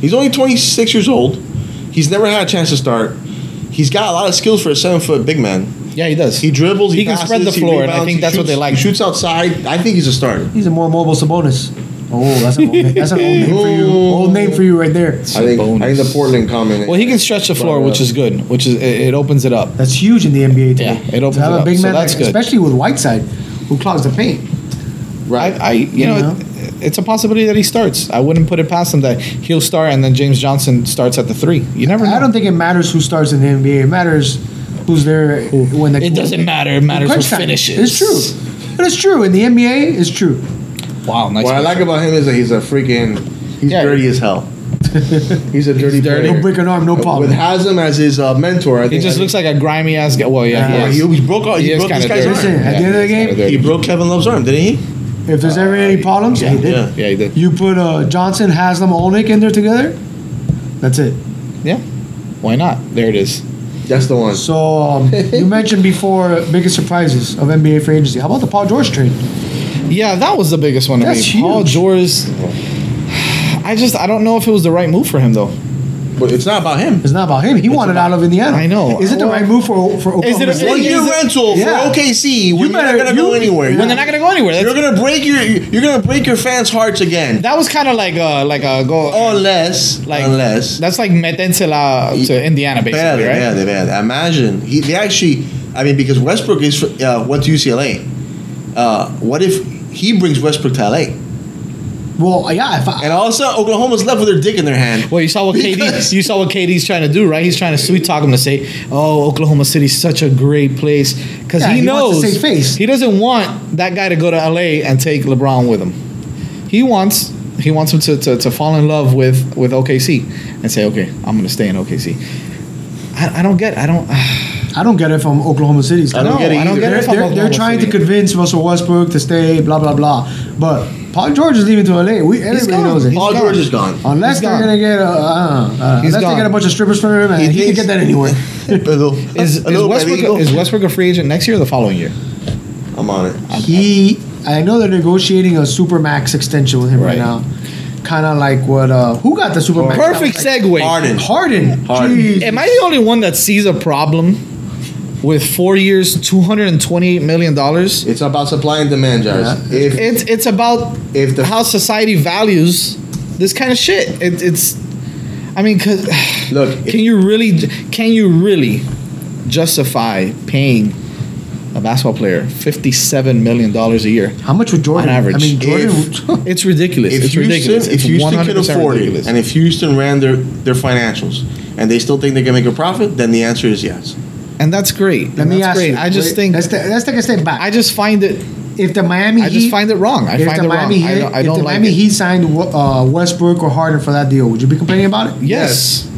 He's only 26 years old. He's never had a chance to start. He's got a lot of skills for a seven foot big man.
Yeah, he does.
He dribbles. He,
He can
passes,
spread the
he
floor, and I
rebounds,
think
he
that's what
shoots-
they like.
He shoots outside. I think he's a starter.
He's a more mobile Sabonis. Oh, that's an old name. That's an old name for you. Old name for you right there.
I think, I think the
Sabonis.
Portland comment.
Well, he can stretch the floor, which is good. Which is it, it opens it up.
That's huge in the NBA
Yeah,
today.
it opens
to have
it
a
up,
big
so
man,
that's
like-
good.
especially with Whiteside, who clogs the paint.
I, I you,
You
know,
know?
it- it's a possibility that he starts. I wouldn't put it past him that he'll start, and then James Johnson starts at the three. You never. Know.
I don't think it matters who starts in the NBA. It matters who's there when the
It doesn't matter. It matters who
crunch time. It's
finishes.
true, but it's true in the NBA. It's true.
Wow, nice.
What I like about him is that he's a freaking. He's
Yeah.
dirty as hell. He's a dirty,
dirty.
player.
No break an arm, no problem.
With Hazem as his uh, mentor, I think
he just looks like a grimy ass guy. Well, yeah,
Yeah.
he is.
he, he broke. all- He,
He is
broke this
kinda
guy's
dirty.
Listen,
arm.
at the end of the
he's kinda
game,
dirty.
He broke Kevin Love's arm, didn't he?
If there's ever any problems, yeah, he did.
yeah.
Yeah, he did.
You put uh, Johnson, Haslam, Olnick in there together. That's it.
Yeah. Why not? There it is.
That's the one.
So um, you mentioned before biggest surprises of NBA free agency. How about the Paul George trade?
Yeah, that was the biggest one.
That's
to me. Paul
huge.
George. I just I don't know if it was the right move for him though.
But it's not about him.
It's not about him. He wanted out of Indiana.
I know.
Is it the
Well-
right move for for Oklahoma?
it a-
City?
One
is
year
it-
rental
yeah.
for OKC. When
You
you are
better-
not gonna go
you-
anywhere.
When they're not gonna go anywhere. That's,
You're gonna break your. You're gonna break your fans' hearts again.
that was kind of like a like a go.
Unless,
like
unless
that's like metensela to Indiana basically,
bad,
right?
bad, bad. Imagine he, they actually. I mean, because Westbrook is fr- uh, went to UCLA. Uh, what if he brings Westbrook to LA,
Well, yeah. If I,
and all of a sudden Oklahoma's left with their dick in their hand?
Well, you saw what
Because-
KD, you saw what KD's trying to do, right? He's trying to sweet talk him to say, "Oh, Oklahoma City's such a great place," because
Yeah,
he,
he
knows
wants to save face.
he doesn't want that guy to go to LA and take LeBron with him. He wants he wants him to, to, to fall in love with with OKC and say, "Okay, I'm going to stay in OKC." I, I don't get. I don't.
I don't get it from Oklahoma City.
I don't
no,
get it
I
either.
don't get
They're,
it. from
they're, they're
Oklahoma
trying
City.
to convince Russell Westbrook to stay, blah blah blah. But Paul George is leaving to LA. We everybody
gone.
knows it.
Paul
gone.
George is gone.
unless
he's
they're
gone.
gonna get a, uh, uh,
He's
unless they
gone.
get a bunch of strippers for him, and he, can
thinks-
get that anywhere.
Pedro.
Is,
A
is
little
Westbrook
Pedro.
is Westbrook a free agent next year or the following year?
I'm on it.
he, I know they're negotiating a supermax extension with him
Right.
right, now, kind of like what uh, who got the supermax?
Perfect
That
segue.
Harden.
was like- Harden.
Harden.
Jeez.
Am I the only one that sees a problem with four years, two hundred and twenty-eight million dollars?
It's about supply and demand, Jars.
Yeah.
If
It's it's about
If the-
how society values this kind of shit. It, it's, I mean, cause
Look, if-
can you really can you really justify paying a basketball player fifty-seven million dollars a year?
How much would Jordan?
On average.
I mean, Jordan.
If-
It's ridiculous.
if
it's
Houston,
ridiculous.
if
It's
Houston can
100%
afford
ridiculous.
it, and if Houston ran their, their financials, and they still think they can make a profit, then the answer is yes.
and that's great.
let me
that's
ask
great.
you.
I just
wait,
think
let's, ta- let's take a step back.
I just find it.
if the Miami
I
Heat,
just find it wrong. I
if
find
the
it
Miami
wrong. I
Heat-
don't- I
if
don't
the
like
Miami
it.
Heat signed uh, Westbrook or Harden for that deal, would you be complaining about it?
Yes.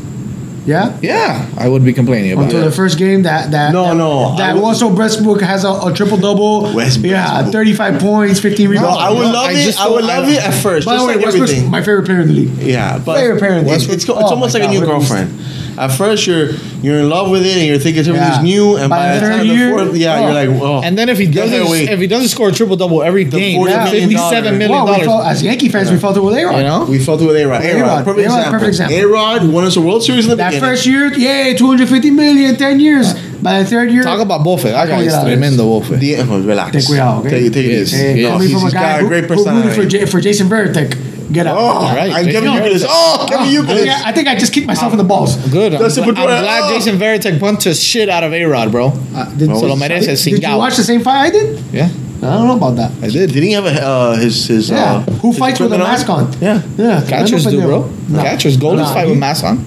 Yeah.
Yeah, I would be complaining about
Until
it.
the first game, that that
No,
that,
no, I
that
would-
Russell Westbrook has a, a triple double.
Westbrook.
Yeah, thirty five points, fifteen rebounds.
I would
no,
love
I
it.
just
I would
don't- I-
love it at first.
By the
just
way,
like
Westbrook's
everything.
my favorite player in the league.
yeah, but
Favorite parent is-
Westbrook- it's, co- it's
oh
almost
my
like a
God,
new
what a beast.
girlfriend. At first, you're you're in love with it, and you're thinking everything's
Yeah.
new, and
By
by,
the
the
third
time
year,
the fourth, yeah,
oh.
you're like, oh.
And then if he
Get that
doesn't,
away.
if he doesn't score a triple double every game,
$40 million
fifty-seven million
Well, we
dollars.
felt, as Yankee fans, we felt it with A-Rod.
you know,
we felt it with A-Rod.
A-Rod,
A-Rod, perfect
A-Rod,
example.
perfect example.
A-Rod won us a World Series in the
That
beginning.
first year, yay, 250 million, 10 years. By the third year,
talk about Bofe. That guy
Talk
is
about it.
tremendo, Bofe.
The, oh, relax.
Take we out, okay?
Take, take it
Yes.
easy.
Hey,
Hey,
Yeah,
coming
he's-
from a
he's
guy
got a
who,
great
who rooted for,
personality.
J- for Jason Veritek. Get out.
Oh,
All right,
I'm
Jason
giving you
Veritek.
this. Oh, giving you
I think
this.
I, I think I just kicked myself in the balls.
Good. I'm,
That's
gl-
it,
I'm
Pedro.
glad
Oh.
Jason Veritek punched the shit out of A Rod, bro.
Uh,
Se
did,
lo merece,
did,
sin
did you
doubt.
watch the same fight I did?
Yeah,
I don't know about that.
I did.
Did he have a, uh, his his?
Yeah,
Uh,
who
his
fights with a
equipment
mask on?
Yeah.
yeah.
Catchers do, bro.
No.
Catchers, goalies
Nah,
fight
he-
with masks on.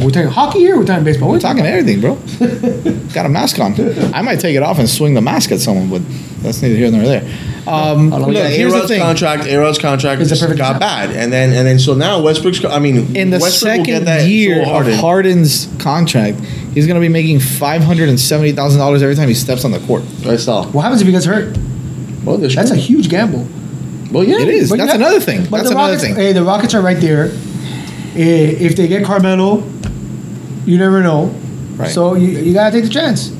We're talking hockey here. We're talking baseball. We're
We're talking everything, bro. Got a mask on. I might take it off and swing the mask at someone, but that's neither here nor there. Um,
don't
look,
know.
Oh, Yeah,
here's the
A-Rod's
thing.
contract. A-Rod's contract
It's a perfect
got
example.
bad, and then and then so now Westbrook's. co- I mean,
in the
Westbrook will get
second
that
year
so
of
Harden.
Harden's contract, he's going to be making five hundred and seventy thousand dollars every time he steps on the court.
That's all.
What happens if he gets hurt?
Well, they're
That's a
screwed.
huge gamble.
Well, yeah,
It is.
But you
That's
got-
another thing.
But
That's
the
another
Rockets,
thing.
Hey, the Rockets are right there. Eh, If they get Carmelo, you never know.
Right.
So you, you gotta take the chance.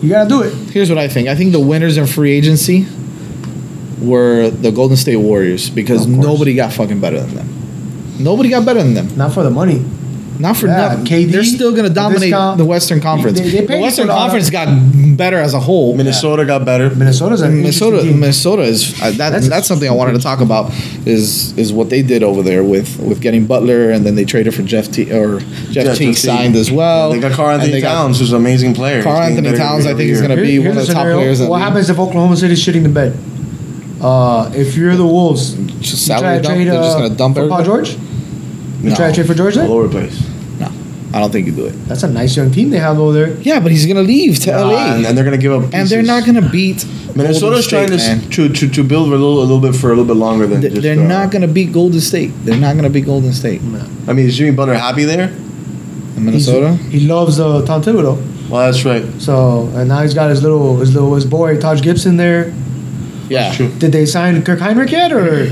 You gotta do it.
Here's what I think. I think the winners in free agency were the Golden State Warriors because
Of course.
nobody got fucking better than them. Nobody got better than them.
Not for the money.
Not for
Yeah,
nothing.
KD,
They're still going
the
to dominate
discount.
the Western Conference.
They- they paid
the Western
for all
Conference
that.
got better as a whole.
Minnesota got better.
Minnesota's a
Minnesota,
Team.
Minnesota is uh, that,
That's
that's, something I wanted to talk about is is what they did over there with with getting Butler and then they traded for Jeff T or Jeff,
Jeff
Teague
Teague.
signed as well.
they got Carl
Oh, And
Anthony
they got
Towns, who's an amazing player.
Karl
He's getting
Anthony
better
Towns,
every
I think, is
year.
gonna- be one
here's
of the
a
top players in
What
the
happens if Oklahoma City's shitting the bed? Uh, if you're the Wolves, you
just
try
salary
to
dump.
trade
They're just
uh,
going to dump
for Paul
everybody.
George. You
No.
try to trade for George
All
there?
over the place.
I don't think you do it.
That's a nice young team they have over there.
Yeah, but he's going to leave to LA,
and,
and,
and they're gonna give up. Pieces.
they're not going to beat Golden
Minnesota's
State,
trying to,
man.
s- to to to build a little a little bit for a little bit longer than.
They-
just,
They're
uh,
not going to beat Golden State. They're not going to beat Golden State.
I mean, is Jimmy Butler happy there?
In Minnesota,
He's- he loves uh, Tom Thibodeau.
Well, that's right.
So and now he's got his little his little his boy Taj Gibson there.
yeah,
True.
Did they sign Kirk Heinrich yet, or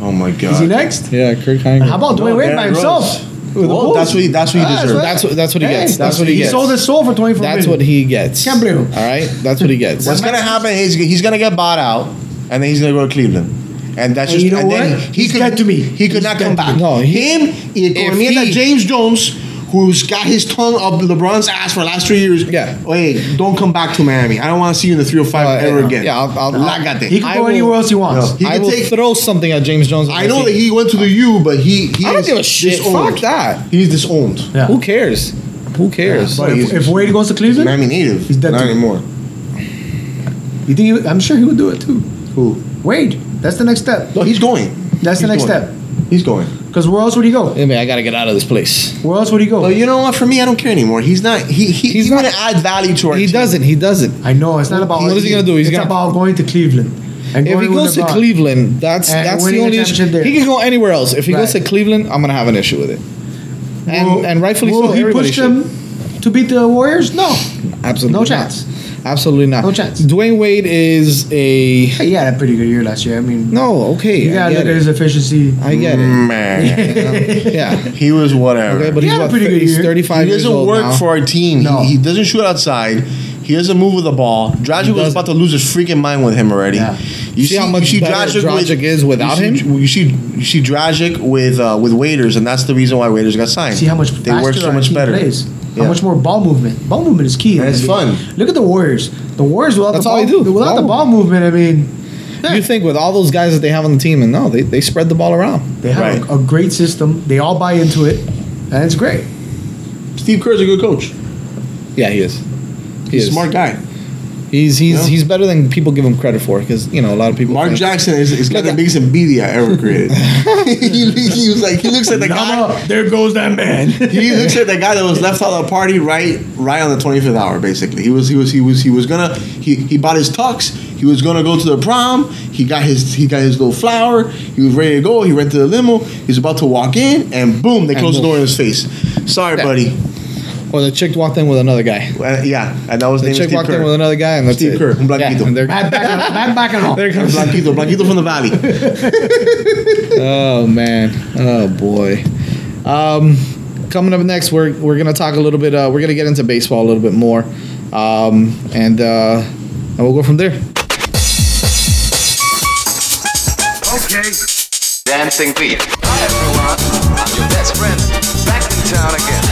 Oh my God.
is he next?
yeah, Kirk Heinrich.
How about
No,
Dwayne Wade by
Derrick
himself?
Rose.
with the
Well,
Bulls?
that's what he- that's what he
Ah,
deserves.
That's what- that's what he gets. That's what he gets.
sold his soul for twenty four.
That's what he gets.
Can't blame him.
All right, that's what he gets.
What's gonna happen is he's gonna get bought out, and then he's gonna go to Cleveland. And that's
And
just
you know
and then
what?
he
He's
could
dead to me.
He could
He's
not come
dead to
back.
me. No, he-
him. y
if
Corneta
he-
James Jones, who's got his tongue up LeBron's ass for the last three years.
Yeah.
Wait, don't come back to Miami. I don't want to see you in the three or five
Uh,
ever
yeah,
again.
yeah, I'll- I'll-
Lágate.
he can
I
go
will-
anywhere else he wants.
No. He
I
can
will
take-
throw something at James Jones. when
I know
see
that
him.
he went to the U, but he. he
I don't
is
give a shit.
disowned.
Fuck that.
He's disowned.
Yeah.
Who cares? Who cares?
But if,
he's-
if Wade goes to
He's a
Cleveland,
Miami native.
He's dead
not
to me.
anymore.
you think he, I'm sure he would do it too.
Who?
Wade, that's the next step.
No, he's going.
That's the
He's
next
going.
step.
He's going.
Because where else would he go?
I mean, I gotta get out of this place.
Where else would he go?
Well, you know what? For me, I don't care anymore. He's not. He, he he's,
He's
going
not-
to add value to our.
He
team.
doesn't. He doesn't.
I know it's not about.
What is he gonna do? He's
it's
gonna-
about going to Cleveland. And
If he
going with
goes to
LeBron.
Cleveland, that's
And
that's the
winning a
only
championship
issue.
there.
He can go anywhere else. If he goes to
Right.
Cleveland, I'm gonna have an issue with it. And,
Will-
and rightfully
will
so.
he
everybody
push
should.
them to beat the Warriors? No.
Absolutely
No
not.
chance.
Absolutely not.
No chance.
Dwayne Wade is a
Hey, he had a pretty good year last year. I mean,
no. Okay,
you
I
gotta
get
look at
it.
his efficiency.
I get it.
Man,
Yeah.
he was whatever.
Okay, but
He
he's,
had a
what,
pretty good
he's
year.
35
he
years
doesn't
old
work
now.
for our team.
No.
He, he doesn't shoot outside. He doesn't move with the ball. Dragic was
doesn't.
about to lose his freaking mind with him already.
Yeah.
You
See how much better Dragic is
you
without
see-
him?
You see, you see Dragic with uh, with waiters, and that's the reason why waiters got signed.
See how much
they work
faster
so
our
much
team
better.
Plays.
Yeah.
How much more ball movement? Ball movement is key. in
And it's
the
fun.
league. Look at the Warriors. The Warriors without
That's
the
all
ball,
they do.
without
Ball
the ball movement. I mean,
You think with all those guys that they have on the team, and no, they, they spread the ball around.
they have
Right.
a, a great system. They all buy into it, and it's great.
Steve Kerr's a good coach.
Yeah, he is. He
He's
is.
a smart guy.
He's he's
Yeah.
he's better than people give him credit for because you know a lot of people.
Mark
think-
Jackson is, is got
Look,
the biggest MBD I ever created. he, he was like, he looks at the guy.
Nama, there goes that man.
he looks at the guy that was left out of the party right right on the 25th hour basically he was he was he was he was gonna he, he bought his tux he was gonna go to the prom he got his he got his little flower he was ready to go he rented a limo he's about to walk in and boom they
And
closed the
boom.
door in his face sorry
Yeah.
buddy
Or the chick walked in with another guy.
Uh, yeah and that was
The
named
chick
Steve
walked
Kerr.
in with another guy, and that's
Steve
it.
Kerr, un
yeah,
blanquito.
and there-
Back back and back back and all.
there comes.
Blanquito, Blanquito from the Valley.
oh man, oh boy. Um, coming up next, we're we're gonna talk a little bit. Uh, we're gonna get into baseball a little bit more, um, and uh, and we'll go from there.
Dancing Beat. Hi everyone, I'm your best friend, back in town again.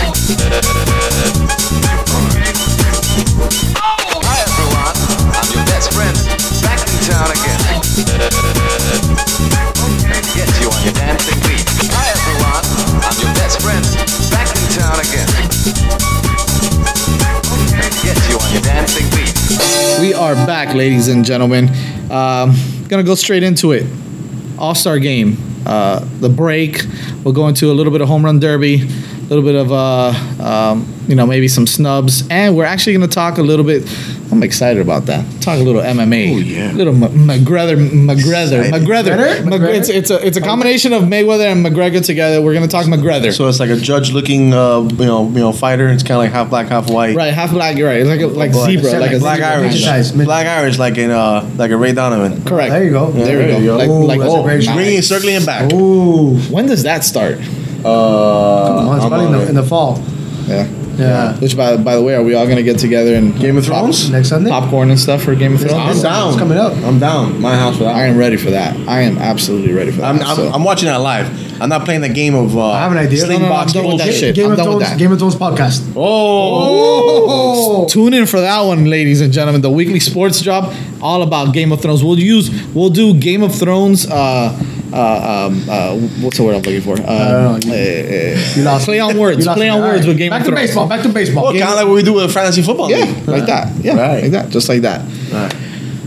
Hi everyone, I'm your best friend, back in town again. Get you on your dancing beat. Hi everyone, I'm your best friend, back in town again. Get you on your dancing beat.
We are are back, ladies and gentlemen. Um, gonna go straight into it. All Star Game, uh, the break. We'll go into a little bit of home run derby, a little bit of uh, um, you know maybe some snubs, and we're actually gonna talk a little bit. I'm excited about that. Talk a little MMA.
Oh, yeah.
Little Ma- McGregor, McGregor,
Excited.
McGregor.
McGregor?
Mag-
McGregor?
It's, it's a it's a combination of Mayweather and McGregor together. We're gonna talk McGregor.
So it's like a judge-looking, uh, you know, you know, fighter. It's kind of like half black, half white.
Right, half black. You're right, It's like a, like
Black.
zebra,
Except
like a
black
zebra.
Irish,
Digitized, mid-
black Irish, like in uh, like a Ray Donovan.
Correct.
There you go.
There,
There
we
you
go.
go.
Like,
Ooh,
like
that's
Oh,
a great
nice.
ringing, circling, and back.
Ooh.
When does that start?
Uh,
Well, Oh, it's
I'm
probably in
on
the,
it.
in the fall.
Yeah.
Yeah.
Which by by the way, are we all gonna get together and
Game of Thrones.
Next Sunday?
popcorn and stuff for Game of
I'm
Thrones?
down.
It's coming up.
I'm down. My house without.
I am ready for that. I am absolutely ready for that.
I'm, I'm,
so.
I'm watching that live. I'm not playing the game of. Uh,
I have an idea.
Sling
No, no, no,
box
I'm done with that
bullshit.
shit.
Game
I'm
of
done with
Thrones.
that.
Game of Thrones podcast.
Oh.
Tune in for that one, ladies and gentlemen. The weekly sports drop, all about Game of Thrones. We'll use, we'll do Game of Thrones. Uh, uh, um, uh, what's the word I'm looking for? Um,
don't know.
eh, eh,
You lost
play
me.
on words.
You lost
Play
me.
on
All
words
right.
with Game
Back
of
to
Thrones.
baseball. Back to baseball.
Well, kind of Oh, like what we do with fantasy football.
Yeah,
league.
like that. Yeah,
Right.
like that. Just like that.
Right.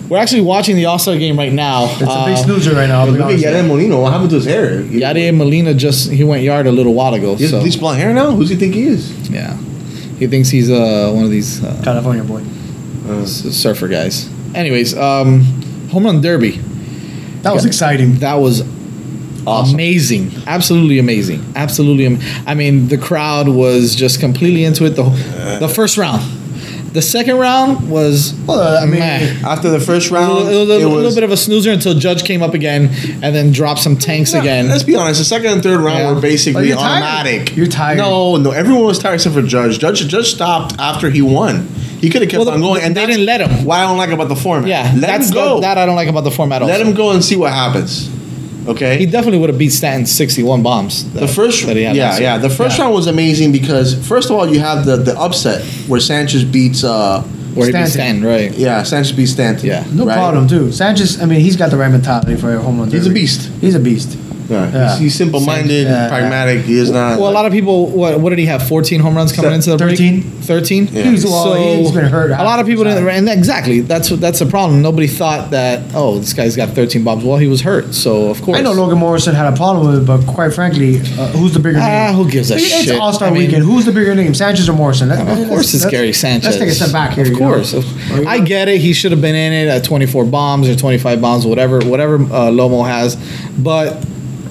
We're actually watching the All Star game right now.
It's a big
Uh,
snoozer right now. I'll be
Look at
honest.
Yadier Molino. What happened to his hair?
Yadier Molina just he went yard a little while ago.
He has
So
bleached blonde hair now. Who's he think he is?
yeah, he thinks he's uh, one of these uh,
California boy.
s- surfer guys. Anyways, um, home run derby.
That was exciting.
That was amazing. Absolutely amazing. Absolutely. Am- I mean, the crowd was just completely into it. The wh- the first round. The second round was
Well, I mean,
meh.
After the first
It was
round,
a little,
it
a little
was-
bit of a snoozer until Judge came up again and then dropped some tanks
Nah,
again.
Let's be honest. The second and third round
Yeah.
were
But
basically
you're tired.
automatic.
You're tired.
No, no. Everyone was tired except for Judge. Judge, Judge stopped after he won. He could have kept
Well,
on going, and
they
that's
didn't let him.
Why I don't like about the format.
Yeah,
let
that's
him go.
The, that I don't like about the format.
let
also.
him go and see what happens. Okay.
He definitely would have beat Stanton sixty-one bombs.
The first,
that he
yeah,
had last year.
yeah. The first round was amazing because first of all, you have the the upset where Sanchez beats, uh,
where he beat
Stanton.
Stanton, right?
yeah, Sanchez beats Stanton.
Yeah.
No
right?
problem, too. Sanchez, I mean, he's got the right mentality for a home run.
He's a
derby.
beast.
He's a beast.
Yeah.
Yeah.
He's, he's simple minded,
Yeah.
pragmatic. He is not.
Well, a lot of people. What, what did he have? Fourteen home runs coming into the break?
13.
Thirteen.
Yeah.
He's, well, he's been hurt.
A lot of people didn't. And exactly, that's what that's the problem. Nobody thought that. Oh, this guy's got thirteen bombs. Well, he was hurt, so of course.
I know Logan Morrison had a problem with it, but quite frankly, uh, who's the bigger
Ah,
name?
who gives a
it's
shit?
It's All Star
I mean-
Weekend. Who's the bigger name, Sanchez or Morrison? Let-
Of
let's-
course, it's
let's-
Gary Sanchez.
Let's take a step back here.
Of
you know?
course,
Or-
I get it. He should have been in it at 24 bombs or 25 bombs, whatever, whatever uh, Lomo has. But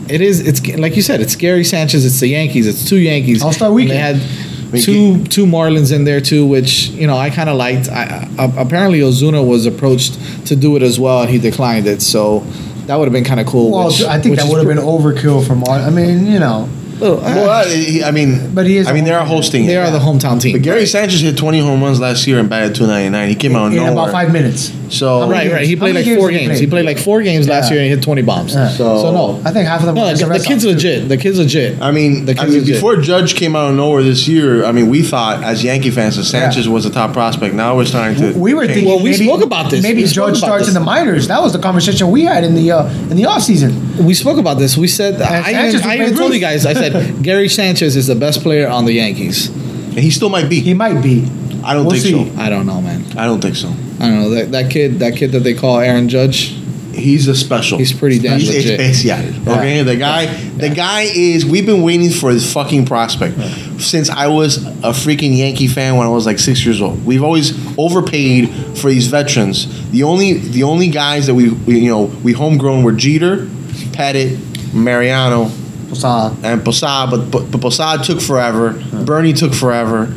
it is, it's like you said, it's Gary Sanchez. It's the Yankees. It's two Yankees.
All-Star
And
weekend.
They had two two Marlins in there too, which you know I kind of liked. I, I, apparently, Ozuna was approached to do it as well, and he declined it. So. That would have been kind of cool.
Well,
which-
I think
which
that
is
would have been
pretty-
overkill for Mar. I mean, you know,
little- eh,
well, I, he- I mean,
But he is-
I mean, they are hosting.
they
it.
are the hometown team.
But Gary Sanchez hit 20 home runs last year and batted 299. He came out of
in
nowhere.
about five minutes.
So
Right, right. He
How
played
many
like
games
four
did he
games.
play?
He played like four games last
Yeah.
year and he hit 20 bombs.
Yeah.
So,
So-
no.
I think half of them.
Oh. No,
were
the, the
Red
kid's
Sox, too.
legit. The kid's legit.
I mean,
the kid's
I mean,
legit.
before Judge came out of nowhere this year, I mean, we thought as Yankee fans that Sanchez was the top prospect. Now we're starting to.
We were
change.
thinking.
Well, we
maybe-
spoke about this.
Maybe
We spoke
Judge
about
starts
this.
in the minors. That was the conversation we had in the uh, in the off season.
we spoke about this. We said I
Sanchez
even,
was
I
playing
even told
Bruce.
you guys. I said Gary Sanchez is the best player on the Yankees.
and he still might be.
He might be.
I don't
we'll
think
see.
I don't know, man.
so. I don't think so.
I don't know that, that kid. That kid that they call Aaron Judge.
He's a special.
He's pretty damn
He's
legit.
especial. Okay, the guy, the guy is. We've been waiting for this fucking prospect since I was a freaking Yankee fan when I was like six years old. We've always overpaid for these veterans. The only, the only guys that we, we you know, we homegrown were Jeter, Pettit, Mariano,
Posada.
and Posada, but, but, but Posada took forever. Bernie took forever,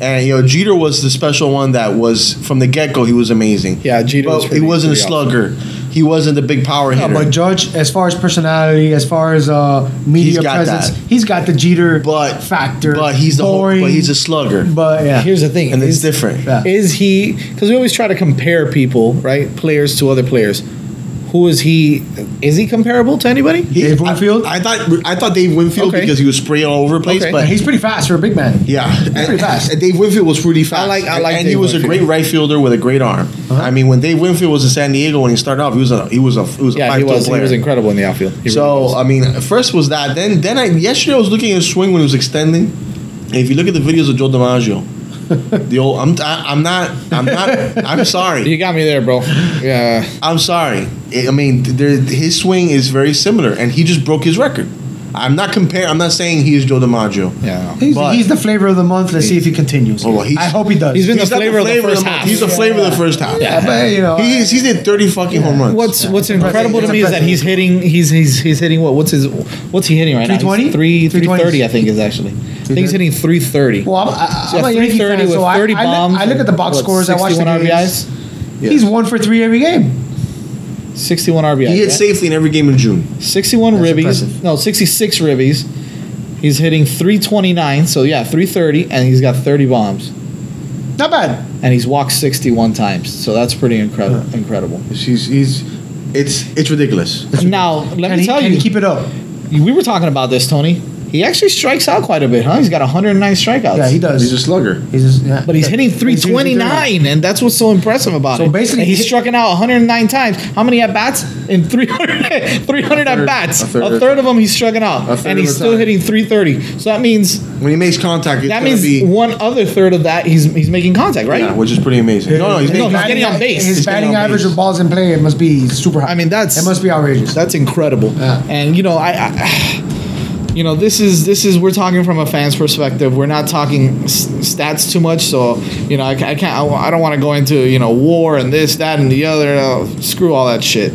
and you know Jeter was the special one that was from the get go. He was amazing.
Yeah, Jeter
But
was
he
pretty-
wasn't a
pretty
slugger. He wasn't the big power hitter.
Yeah, but Judge, as far as personality, as far as uh, media
He's got
presence,
that.
he's got the Jeter
But-
factor.
but he's the whole- but he's a slugger.
But yeah,
Here's the thing.
and it's
is,
different.
Yeah.
is he? Because we always try to compare people, right? Players to other players. Who is he? Is he comparable to anybody?
He-
Dave
I-
Winfield?
I, thought I thought Dave Winfield
Okay.
because he was spraying all over the place,
Okay.
but
he's pretty fast for a big man.
Yeah,
pretty fast.
and Dave Winfield was pretty fast.
like- I
And-
like
and he
Dave
was a
Winfield. Uh-huh.
great right fielder with a great arm. I mean, when Dave Winfield was in San Diego when he started off, he was a he was a he was a
Yeah,
five
he was.
player.
He was incredible in the outfield. He really was.
So I mean, first was that. Then then I yesterday I was looking at his swing when he was extending. And if you look at the videos of Joe DiMaggio, The old, I'm, I, I'm not, I'm not, I'm sorry.
You got me there, bro. Yeah.
I'm sorry. I I mean, there, his swing is very similar, and he just broke his record. I'm not comparing. I'm not saying he is Joe DiMaggio.
Yeah.
He's,
But-
he's the flavor of the month. Let's see if he continues.
Oh, well, he's-
I hope he does.
He's been
He's
the
not
flavor, of the first
month.
half.
He's the flavor of the first half.
Yeah, but you know,
He is. He's hit 30 fucking home runs.
What's what's incredible to
It's
me is that
impressive.
he's hitting he's he's he's hitting what what's his what's he hitting right now?
320?
He's Three three
320s.
thirty I think is actually. I think he's hitting three thirty.
Well, I'm, I,
So
I'm a Yankee
330
fan,
with
so I, I,
30
look-
bombs
I look at the box
what,
scores. I watch the
61
games.
RBIs.
He's one for three every game.
Sixty one RBIs.
He hit
yeah?
safely in every game in June.
sixty one
That's
ribbies.
impressive.
No, sixty six ribbies. He's hitting three twenty nine. So yeah, three thirty, and he's got thirty bombs,
Not bad.
and he's walked sixty one times. So that's pretty incredible. Incredible.
He's, he's, it's it's ridiculous.
Now let
Can
me
he,
tell
can
you,
he keep it up?
we were talking about this, Tony. He actually strikes out quite a bit, huh? He's got 109 strikeouts.
Yeah, he does.
He's a slugger.
He's just, yeah.
But he's hitting
He's hitting 329.
329, and that's what's so impressive about
So
it.
basically-
and he's struck it out 109 times. How many at bats? In 300, 300 at bats.
a
A
third
third,
of the
of them he's striking out,
third
and
of
he's
the
still
time.
hitting 330. So that means
When he makes contact, it's
that
gonna
means
be,
one other third of that he's he's making contact, right?
yeah, which is pretty amazing. No, no, he's
No,
making
he's getting on base.
His
He's getting
batting
on
average
base.
of balls in play it must be super high.
I mean, that's-
it must be outrageous.
That's incredible.
Yeah.
And you know, I, I you know, this is this is we're talking from a fan's perspective. We're not talking s- stats too much, so you know, I, ca- I can't. I, wa- I don't want to go into you know war and this, that, and the other. Uh, screw all that shit.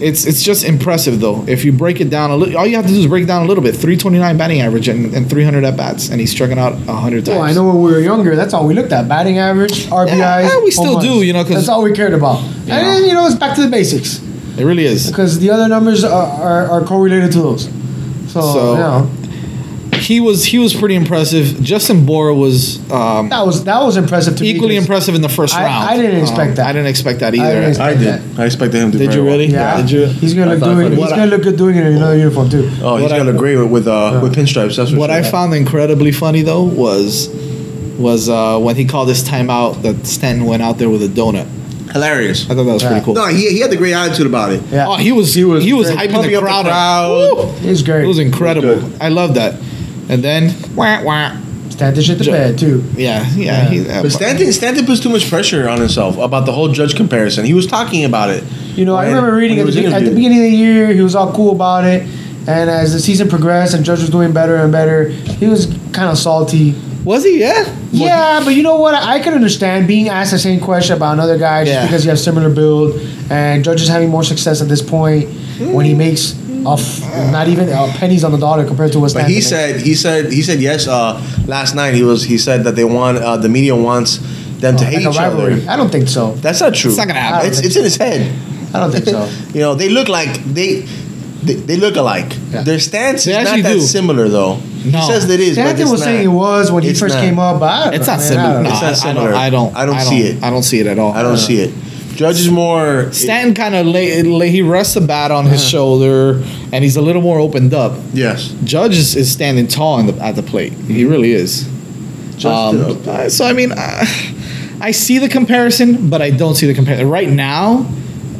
It's it's just impressive though. If you break it down a little, all you have to do is break it down a little bit. Three twenty nine batting average and, and three hundred at bats, and he's striking out hundred times.
Well, Oh, I know when we were younger, that's all we looked at: batting average, RBIs.
yeah, we still
home
do,
runs.
you know, 'cause-
that's all we cared about. And
know.
then, you know, it's back to the basics
It really is.
because the other numbers are, are, are correlated to those. So,
So-
you know,
He was he was pretty impressive. Justin Bora was um,
that was that was impressive to me.
equally
'cause-
impressive in the first
I-
round. Um,
I didn't expect that.
I didn't expect that either.
didn't expect
I did. I expected him to.
Did
very
you
well.
really?
Yeah,
Did you-
he's gonna
I
look
thought- I
doing.
thought-
He's
What I-
gonna look good doing it in another uniform too.
Oh, he's
What I-
gonna great with with, uh, with pinstripes. That's for
What I
sure.
found incredibly funny though was was uh, when he called his timeout that Stanton went out there with a donut.
hilarious.
I thought that was
Yeah.
pretty cool.
No, he, he had the great attitude about it.
Yeah,
Oh, he was he was he was hyping
Pumping
the
up the
crowd.
crowd.
up. Woo!
he's great.
It was incredible.
good.
I love that. And then wah, wah.
Stand shit to
Jo-
bed too.
yeah, yeah. He, uh,
But Stanton, Stanton puts too much pressure on himself about the whole judge comparison. He was talking about it.
You know, I
when-
remember reading at
when
the,
he was
be- at the
interviewed.
beginning of the year, he was all cool about it. And as the season progressed and Judge was doing better and better, he was kind of salty.
was he? Yeah.
yeah, but you know what? I can understand being asked the same question about another guy just
Yeah.
because you have similar build and Judge is having more success at this point when he
Hmm.
makes a f- not even uh, pennies on the dollar compared to what's.
But he said, he said, he said yes. Uh, last night he was. He said that they want uh, the media wants them
Oh,
to hate each other.
I don't think so.
That's not true.
It's not gonna happen.
It's, it's in his head.
I don't think so.
You know, they look like they. They, they look alike.
Yeah.
Their stance
They
is not
actually
that
do.
similar, though.
No.
He says that it is. but
Stanton
it's
was
not.
saying it was when he
It's
first
not.
came up, but I don't
It's
know,
not
man, I
similar.
don't
No,
know.
It's not
I,
similar.
I don't.
I don't see it.
I don't see it at all.
I don't see it. Judge is more.
Stanton kind of lay, lay. He rests the bat on his shoulder, and he's a little more opened up.
yes.
Judge is, is standing tall in the, at the plate. He really is. Um, uh, so I mean, uh, I see the comparison, but I don't see the comparison right now.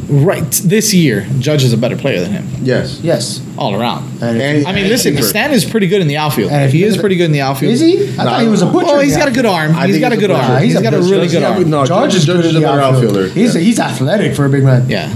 Right this year, Judge is a better player than him
yes.
Yes.
all around.
And if-
I mean, listen,
cheaper.
Stan is pretty good in the outfield.
And if
he
you
is
look at-
pretty good in the outfield.
Is he? I thought he was a butcher.
Well, he's
Yeah.
got a good arm.
I
he's
think
got a
he's
good
a
arm.
butcher.
He's
he's
a
got a
butcher.
really
Judge-
good
yeah,
arm.
No,
Judge is good
Judge
as
is
a
a better outfielder.
He's
Yeah.
he's athletic for a big man.
Yeah.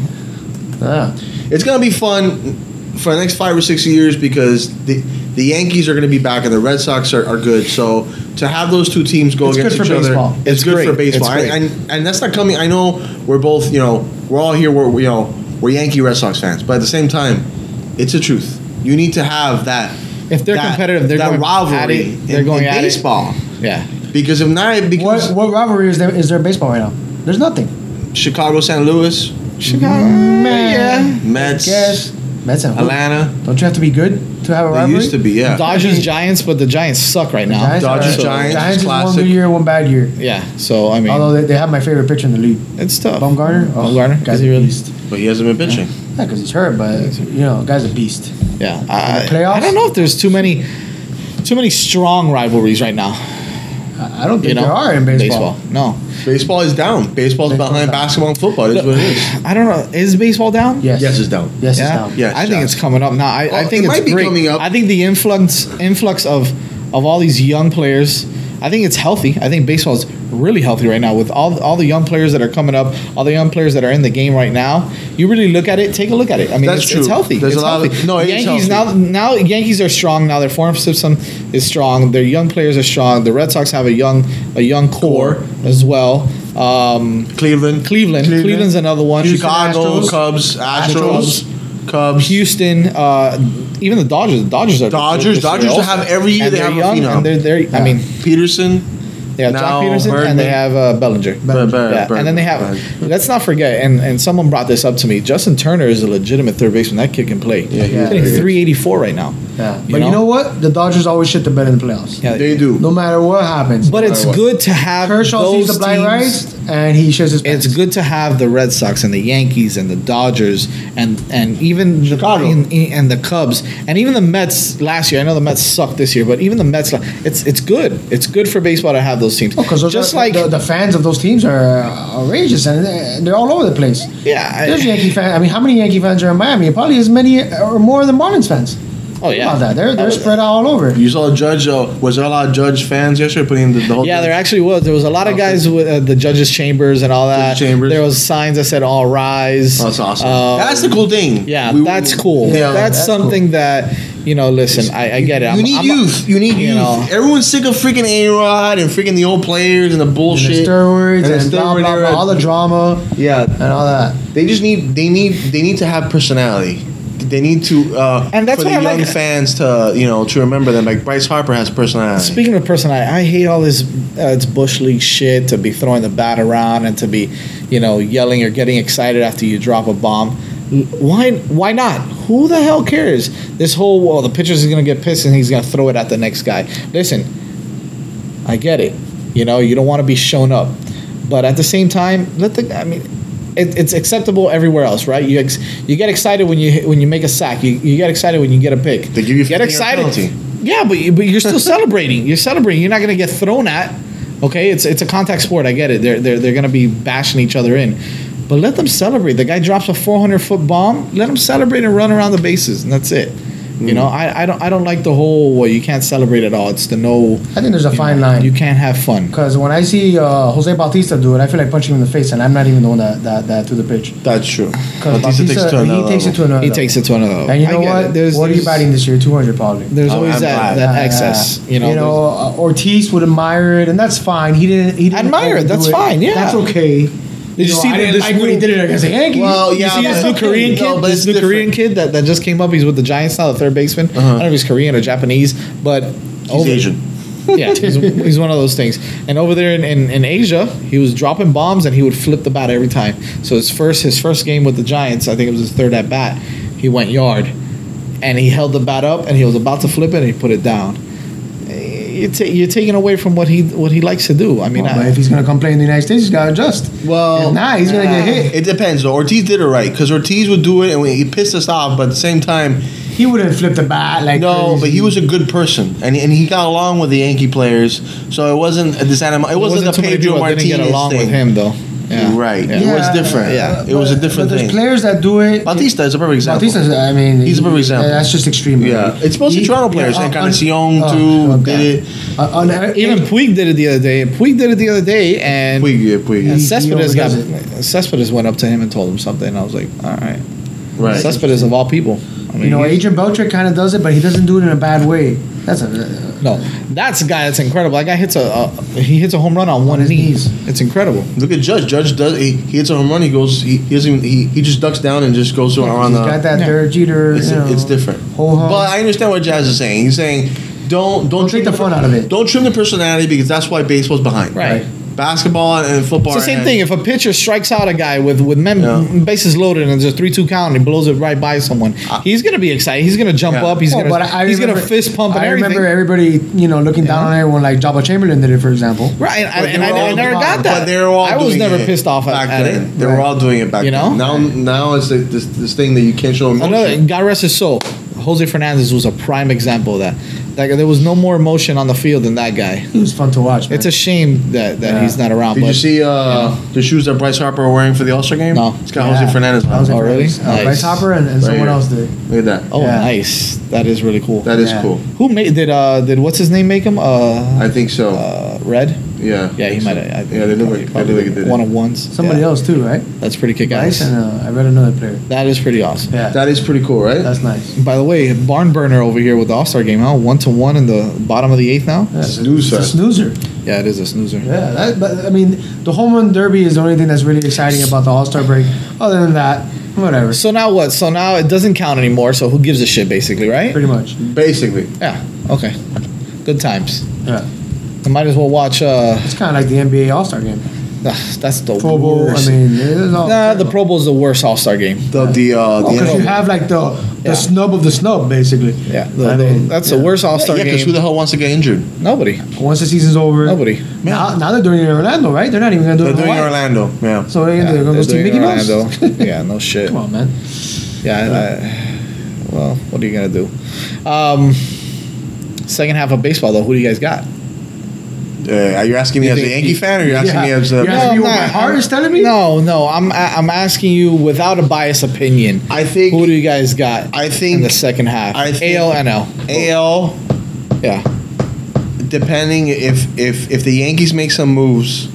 Yeah.
It's gonna be fun for the next five or six years because the the Yankees are gonna be back and the Red Sox are, are good. So to have those two teams go
It's good
against
for
each other,
baseball.
it's,
It's
good
great.
for baseball.
It's great.
And, and and that's not coming. I know we're both you know we're all here. We're you know we're Yankee Red Sox fans, but at the same time, it's a truth. You need to have that.
If they're
that-
competitive, they're
that
going
rivalry.
at it.
in-
They're going
in
at it.
baseball
Yeah.
because if not, it becomes
What what rivalry is there is there in baseball right now? There's nothing.
Chicago, St. Louis,
Chicago.
Mm,
Man.
Mets,
Guess Mets and who?
Atlanta.
Don't you have to be good to have a
They
rivalry?
used to be yeah.
Yeah. Dodgers, Giants, but the Giants suck right now.
Giants
Dodgers,
are-
Giants,
Giants is one
classic.
good year, one bad year.
Yeah. So I mean,
Although they, they have my favorite pitcher in the league,
it's tough.
Bumgarner. Oh,
Bumgarner.
guy's
Is he
a
really?
beast.
But he hasn't been pitching.
Not because he's hurt, but you know, guy's a beast.
Yeah, I,
the playoffs?
I don't know if there's too many, too many strong rivalries right now.
I I don't think
You know,
there are in baseball.
No,
Baseball is down. Baseball's
Baseball's
behind
down.
basketball and football. It is
Look,
what it is.
I don't know. Is baseball down?
Yes.
Yes, it's down.
Yes,
yeah.
it's down.
Yes,
I think
yes.
it's coming up now. I, I
Well,
think
it
it's
might be
great.
coming up.
I think the influx influx of of all these young players. I think it's healthy. I think baseball is really healthy right now with all all the young players that are coming up, all the young players that are in the game right now. You really look at it, take a look at it. I mean,
That's
it's,
true.
it's healthy.
There's
it's
a lot of-
healthy.
no, it is
Yankees
healthy.
now now Yankees are strong. Now their farm system is strong. Their young players are strong. The Red Sox have a young a young core, as well. Um, Cleveland.
Cleveland,
Cleveland.
Cleveland's another one.
Chicago,
Astros.
Cubs, Astros, Cubs.
Houston, uh, even the Dodgers. The Dodgers are
Dodgers-
this year
Dodgers
also.
have every year
And
they
they're
have
young,
a phenom.
And they're, they're I mean,
Peterson.
they have
Now
Jock Peterson
Bergman.
and they have uh, Bellinger.
Bellinger. Ber-
yeah. and then they have.
Bergman.
Let's not forget, and, and someone brought this up to me. Justin Turner is a legitimate third baseman. That kid can play.
Yeah, he
he's
is.
hitting
He is.
384 right now.
Yeah.
You
but
know?
you know what? The Dodgers always shit the bed in the playoffs.
Yeah,
They do.
No matter what happens.
But it's
what.
good to have
Kershaw
those
sees the blind
teams-
right and he shits his pants.
It's good to have the Red Sox and the Yankees and the Dodgers and and even
Chicago.
the, and, and the Cubs and even the Mets last year. I know the Mets sucked this year, but even the Mets, it's it's good. It's good for baseball to have those teams.
Oh,
because
just like
the, the fans of those teams are outrageous and they're- they're all over the place.
yeah, I-
There's Yankee fans. I mean, how many Yankee fans are in Miami? Probably as many or more than Marlins fans.
oh
Think
yeah,
about that. They're
Oh,
they're spread out all over.
You saw Judge. Uh, was there a lot of Judge fans yesterday putting the, the whole?
Yeah,
thing-
there actually was. There was a lot of guys with uh, the judges' chambers and all that.
Judges' chambers.
There was signs that said "All rise."
Oh, that's awesome.
Um,
that's the cool thing.
Yeah,
We-
that's cool.
Yeah,
that's,
that's
something that you know. Listen, I, I get it.
you need youth. you need
you
youth.
know.
Everyone's sick of freaking A Rod and freaking the old players and the
And
bullshit.
the steroids
the
and, blah,
steroid
blah, blah,
era.
all the drama
Yeah,
and all that.
they just need. They need. They need to have personality. They need to. Uh,
And that's
for the
why I
young
like-
fans to you know to remember them. Like Bryce Harper has personality.
Speaking of personality, I hate all this uh, it's bush league shit to be throwing the bat around and to be, you know, yelling or getting excited after you drop a bomb. Why? Why not? Who the hell cares? This whole well, the pitcher's is gonna get pissed and he's gonna throw it at the next guy. Listen, I get it. You know, you don't want to be shown up, but at the same time, let the. I mean, it, it's acceptable everywhere else, right? You ex, you get excited when you hit- when you make a sack. You, you get excited when you get a pick.
They give you
get
15-year
excited.
penalty.
Yeah, but you- but you're still celebrating. You're celebrating. You're not gonna get thrown at. Okay, it's it's a contact sport. I get it. They're they're they're gonna be bashing each other in. But let them celebrate. The guy drops a 400 foot bomb. Let him celebrate and run around the bases, and that's it. You know, I, I don't I don't like the whole well you can't celebrate at all. It's the no
I think there's a
you
fine
know,
line.
You can't have fun.
Because when I see uh, Jose Bautista do it, I feel like punching him in the face, and I'm not even the one that, that, that threw the pitch.
that's true.
Because
Bautista
Bautista,
takes it to
he
another
takes
level.
it to another.
He
level.
takes it to another level.
And you
I
know
get
what?
it. There's,
what are you
there's-
batting this year? 200 probably.
There's
Oh,
always
I'm
that,
glad.
that
Yeah,
excess,
yeah.
you know.
Uh, You know, uh, Ortiz would admire it, and that's fine. He didn't. He didn't
Admire it,
overdo
that's fine, yeah.
that's okay. Did
Did you see
I
the-
didn't
this
like when he
new-
did it against the Yankees.
Well,
you
yeah,
see this
but-
new Korean kid,
No, but
this
it's
new Korean
different. Uh-huh.
kid that, that just came up. He's with the Giants now, the third baseman. I don't know if he's Korean or Japanese, but
He's Asian.
yeah, he's, he's one of those things. And over there in, in, in Asia, he was dropping bombs and he would flip the bat every time. So his first his first game with the Giants, I think it was his third at bat, he went yard, and he held the bat up and he was about to flip it and he put it down. Eh, You're, ta- you're taking away from what he what he likes to do. I mean,
Well, but
I,
if he's gonna complain in the United States, he's gotta adjust.
Well,
If not, he's gonna get hit.
It depends. though. Ortiz did it right because Ortiz would do it, and he pissed us off. But at the same time,
He wouldn't flip the bat like
no.
crazy.
But he was a good person, and and he got along with the Yankee players. So it wasn't a disanim- It wasn't,
too
a
many
Pedro
people that
Martinez
didn't get along
thing.
with him though. Yeah.
Right.
Yeah.
It was different.
Yeah.
It was a
But-
different
but
thing.
There's players that do it.
Bautista is a perfect example.
Bautista, I mean,
He's a perfect
he-
example.
That's just extreme.
Yeah.
right?
It's mostly
He-
Toronto players.
yeah, uh,
Encarnacion,
uh,
too,
okay.
did it.
Uh, on-
Even Puig did it the other day. Puig did it the other day, and
Puig, yeah, Puig.
And
He- he
Cespedes got
overdoes
Cespedes went up to him and told him something. I was like, all right,
Right.
Cespedes of all people. I mean,
You know,
he's-
Adrian Beltre kind of does it, but he doesn't do it in a bad way. That's a, uh,
no, that's a guy that's incredible. That guy hits a uh, he hits a home run on one
his
knee.
knees.
It's incredible.
Look at Judge. Judge does. He, he hits a home run. He goes. He, he doesn't. Even, he, he just ducks down and just goes around
he's
the.
got that
yeah.
Derek Jeter.
It's,
you know,
it's different.
Ho hum.
But I understand what Jazz is saying. He's saying, don't don't,
take the fun out of it.
Don't trim the personality because that's why baseball's behind.
Right.
Basketball and football.
It's the same
and-
thing. If a pitcher strikes out a guy with with men
Yeah.
bases loaded and there's a three two count and he blows it right by someone, he's gonna be excited. He's gonna jump
Yeah.
up. He's
Oh,
gonna
but I- I
he's gonna
remember-
fist pump and
I
everything.
remember everybody, you know, looking down on everyone like Jabba Chamberlain did it, for example.
Right, and,
But
and
they were
I, I
all-
never got that.
But they were all.
I was
doing
never
it
pissed off
back
at, at
then.
it.
They were all doing it back
You know?
then. Now, now it's like this this thing that you can't show emotion.
Another, God rest his soul. Jose Fernandez was a prime example of that. like there was no more emotion on the field than that guy.
He was fun to watch. Man.
It's a shame that, that
Yeah.
he's not around.
Did
but
you see uh, the shoes that Bryce Harper was wearing for the All Star game?
No.
It's got Jose Fernandez on.
Jose
Oh, really?
Fernandez. Uh,
Nice.
Bryce Harper and, and
Right
someone
here.
else did.
Look at that.
Oh,
Yeah.
nice. That is really cool.
That is
Yeah.
cool.
Who made did uh did what's his name make him uh,
I think so.
uh red?
yeah.
Yeah, he might. have.
Yeah, they look like- they look like they did.
one of ones.
Somebody
Yeah.
else too, right?
That's pretty kick
Nice.
ass.
And uh, I read another player.
That is pretty awesome.
Yeah,
That is pretty cool, right?
that's nice.
By the way, barn burner over here with the All Star game, huh? One to one in the bottom of the eighth now.
Yeah, it's a-
Snooze
it's a
fest.
snoozer.
Yeah, it is a snoozer.
Yeah, that, but I mean, the home run derby is the only thing that's really exciting about the All Star break. Other than that, whatever,
So now what? So now it doesn't count anymore. So who gives a shit, basically, right?
pretty much.
Basically.
Yeah. Okay. Good times.
Yeah,
I might as well watch. uh ah,
it's kind of like the NBA All Star game.
That's the
Pro Bowl. I
worst.
mean, oh, it's all
Oh, nah, the
terrible.
Pro Bowl is the worst All Star game.
The the
Oh,
uh, the
Because Oh, you
NFL.
have like the the
Yeah.
snub of the snub, basically.
Yeah, the-
I
the-
mean,
that's
yeah.
the worst All Star
Yeah, because who
game.
the hell wants to get injured?
Nobody,
Once the season's over,
nobody.
Now, now they're doing it in Orlando, right? They're not even gonna do
They're
it in
doing
Hawaii.
Orlando. Yeah.
So they're gonna
Yeah,
they're gonna go
they're
to Mickey
doing
Mouse.
Orlando. yeah, no shit.
Come on, man.
Yeah, I, I, well, what are you gonna do? Um, second half of baseball, though, who do you guys got?
Uh, are you asking me
You
as a
think-
Yankee fan, or you're asking
Yeah.
me as a?
You're asking me what my heart is telling me?
No, no, I'm I- I'm asking you without a biased opinion.
I think
Who do you guys got?
I
in the
think
second half.
I think-
AL NL.
AL
Yeah,
depending if if if the Yankees make some moves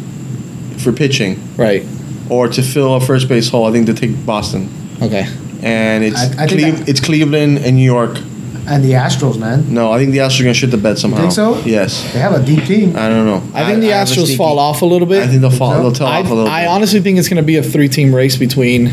for pitching
right.
or to fill a first base hole, I think they take Boston.
Okay.
And it's
I- I think
Cleve-
that-
it's Cleveland and New York.
And the Astros, man,
No, I think the Astros are gonna shoot the bed somehow.
think so?
Yes.
they have a deep team.
I don't know.
I think the
have a
Astros
sneaky-
fall off a little bit.
I think they'll fall.
so?
They'll tell
I,
off a little.
I
bit.
honestly think it's going to be a three-team race between.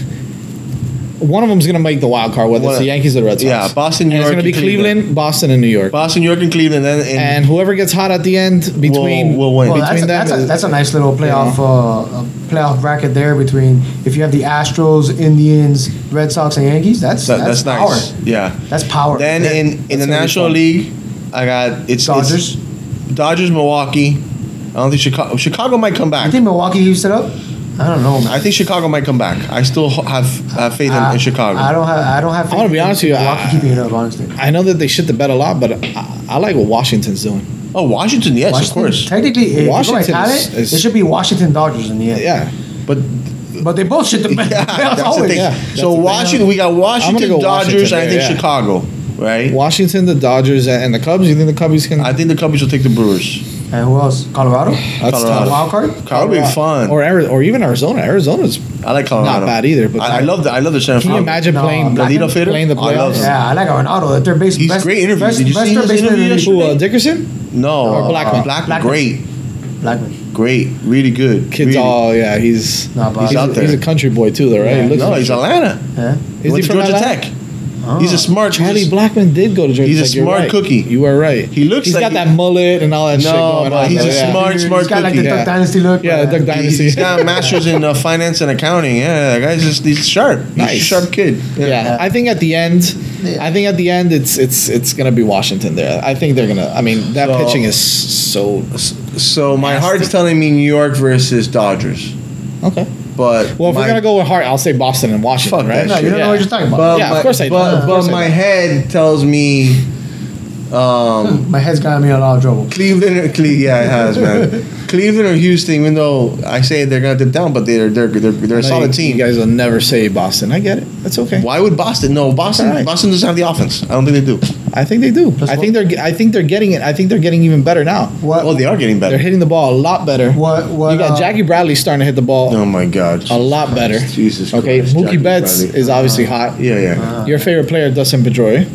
One of them's going to make the wild card, whether
What-
it's the Yankees or the Red Sox.
Yeah, Boston,
And
New
it's
York,
going to be
and Cleveland.
Cleveland, Boston, and New York.
Boston, New York, and Cleveland, and, and,
and whoever gets hot at the end between
will win.
Well,
between
that's, a,
them
that's, a,
is-
that's a nice little playoff uh, uh, playoff bracket there between if you have the Astros, Indians, Red Sox, and Yankees. That's
That-
that's,
that's, nice.
power.
Yeah.
That's power.
Then
That-
in, in
that's
the
gonna be
National
fun.
League, I got it's
Dodgers.
it's Dodgers, Milwaukee. I don't think Chicago. Chicago might come
I
back.
think Milwaukee used it up. I don't know, man.
I think Chicago might come back. I still ho- have have faith in,
I-
in Chicago.
Um, I don't have. I don't have.
wanna be honest with you,
Milwaukee
I-
keeping it up, honestly.
I know that they shit the bed a lot, but I, I like what Washington's doing.
oh, Washington, yes,
Washington-
of course.
Technically, if you go by
Washington
talent,
is- is-
it should be Washington Dodgers in the end.
Yeah,
But
But they both shit the bed.
yeah, that's the thing.
Yeah, Oh, that's
so
the thing.
Washington, we got Washington,
go
Dodgers,
Washington
and I
there,
think
yeah.
Chicago, right?
Washington, the Dodgers, and and the Cubs. You think the Cubs can?
I think the Cubs will take the Brewers.
And who else? Colorado?
That's
Colorado.
tough.
Wild card?
Uh, Colorado will be fun.
Or Ari- or even Arizona. Arizona's.
I like
Not
Colorado.
bad either, but
I, I love the I love the center
Can you
field.
imagine
No,
playing
Black-
Lolita Fitter?
playing the
I love
playoffs?
him.
Yeah, I like Aronado. That they're base.
He's
best,
great interview.
Best,
Did you
best
see
third
his
baseman in
interview
the
Who,
league.
uh, Dickerson?
No,
Or
uh,
Blackman.
Blackman,
Blackman.
great,
Blackman.
great, really good.
Kids
really.
all yeah. He's
Nah, but-
he's,
He's
a,
out there.
he's a country boy too, though, right?
Yeah.
He looks
No,
like-
he's Atlanta.
Yeah.
Is he
Went to
from
Georgia
Atlanta? Oh.
Tech? He's a smart.
Charlie
he's-
Blackman did go to Georgia.
He's a
Tech, you're
smart
right.
cookie.
You were right.
He looks
He's
like
got
he-
that mullet and all that shit
No,
going
but
on.
he's
though,
a
yeah.
smart,
Oh. He's
smart
got like
cookie.
the Duck
Yeah.
Dynasty look.
Yeah,
man.
Duck
He's,
Dynasty.
he's got a master's in uh, finance and accounting. Yeah, that guy's just he's sharp. He's
Nice.
a sharp kid.
Yeah, I think at the end, I think at the end, it's it's it's gonna be Washington there. I think they're gonna. I mean, that
So-
pitching is so
So my heart's telling me New York versus Dodgers,
okay.
but
Well, if
my,
we're gonna go with heart, I'll say Boston and Washington,
Fuck
right?
that
No, you don't
Yeah.
know what you're talking about.
but
Yeah, of
my,
course I do.
but,
Of course
but
I
my
do.
head tells me, um,
Hmm, My head's got me in a lot of trouble.
Cleveland or Cle- yeah, it has man. Cleveland or Houston, even though I say they're gonna dip down, but they're they're they're, they're a
No,
solid
you-
team.
You guys will never say Boston. I get it. That's okay.
Why would Boston? No, Boston.
All right.
Boston doesn't have the offense. I don't think they do.
I think they do.
That's
I think they're. ge- I think they're getting it. I think they're getting even better now.
What?
Oh, they are getting
They're
better.
hitting the ball a lot better.
What? What?
you got
uh,
Jackie Bradley starting to hit the ball
Oh my God.
a lot better.
Jesus.
Okay,
Christ,
Mookie
Jackie
Betts
Bradley.
is Uh, obviously hot.
Yeah, yeah.
Your favorite player, Dustin Pedroia.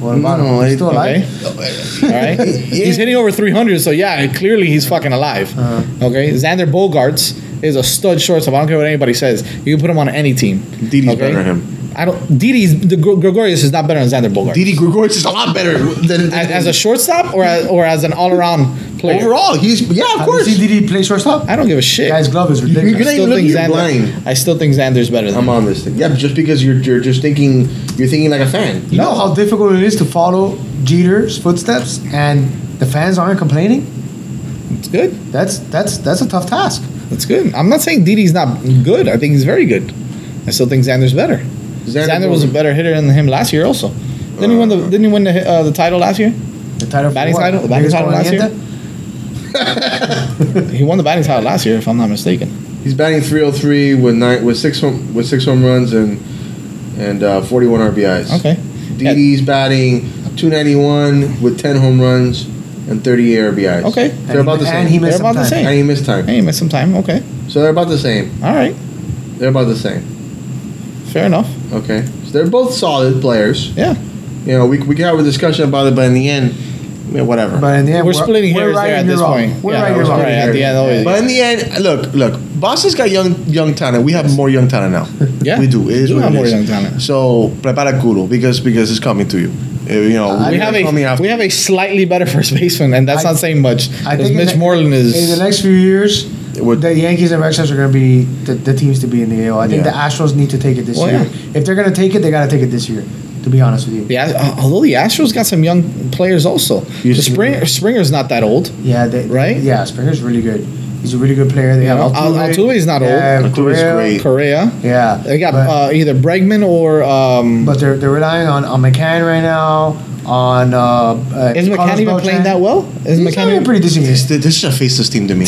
What about him?
No,
He's
it-
still
Okay.
alive.
All right. He's hitting over 300, so yeah, clearly he's fucking alive. Okay. Xander Bogarts is a stud shortstop. I don't care what anybody says. You can put him on any team.
Didi's better than him.
I don't. Didi's the Gr- Gregorius is not better than Xander Bogarts.
Didi Gregorius is a lot better than
as, as a shortstop or as, or as an all around player.
overall. He's yeah, of
Have you
course.
seen Didi play shortstop?
I don't give a shit.
Guy's glove is
you're
ridiculous.
gonna-
I still
You're
think
not even looking, you're
Xander. I still think Xander's better than.
I'm
him.
on this thing. Yeah, just because you're you're just thinking you're thinking like a fan.
You know how difficult it is to follow Jeter's footsteps, and the fans aren't complaining.
It's good.
That's that's that's a tough task.
That's good. I'm not saying Didi's not good. I think he's very good. I still think Xander's better. Xander, was a better hitter than him last year. Also, didn't he win the didn't he win the uh, the uh, title last year?
The title. for
Batting
what?
title? The batting
Biggest
title last year?
caliente?
He won the batting title last year, if I'm not mistaken.
He's batting 303 with nine with six home with six home runs and and uh, 41 RBIs.
Okay. Yeah.
DD's batting 291 with 10 home runs and 38 RBIs.
Okay.
They're about the same.
And he missed
They're about the
some time.
same.
And he missed time.
Hey, you missed some time. Okay.
So they're about the same.
All right.
They're about the same.
Fair enough.
Okay. So they're both solid players.
Yeah.
You know, we, we can have a discussion about it, but in the end, I mean, whatever.
But in the end,
We're splitting
we're
hairs
right
there at
and you're
this
wrong.
point.
We're
Yeah,
right.
we're
You're wrong.
right at the end, always.
But in the end, look, look, Boston's got young young talent. We have more young talent now.
Yeah.
we do. It is
We do
what
have
it
more
is.
young talent.
So prepara culo because because it's coming to you. Uh, You know,
We have a we have a slightly better first baseman, and that's
I-
not saying much.
I
Because
think in
Mitch
the-
Moreland
In the
is
next few years,
would-
the Yankees and Red Sox are going to be the, the teams to be in the AL. I think
Yeah.
the Astros need to take it this
Well,
year.
yeah.
If they're going to take it, they got to take it this year. To be honest with you,
the Ast- although the Astros got some young players also.
You
The
see-
Springer Springer's not that old.
yeah, they,
Right?
Yeah, Springer's really good. He's a really good player. They
Yeah,
have
Al-
Altuve.
Altuve's not old.
Yeah,
Altuve's
Correa.
great.
Correa.
Yeah,
They got
but,
uh, either Bregman or um,
but they're they're relying on on McCann right now. On uh, uh,
is
Carlos
McCann even
Beltran.
playing that well? Is
He's
McCann
having a
even-
pretty decent.
This,
year.
this is a faceless team to me.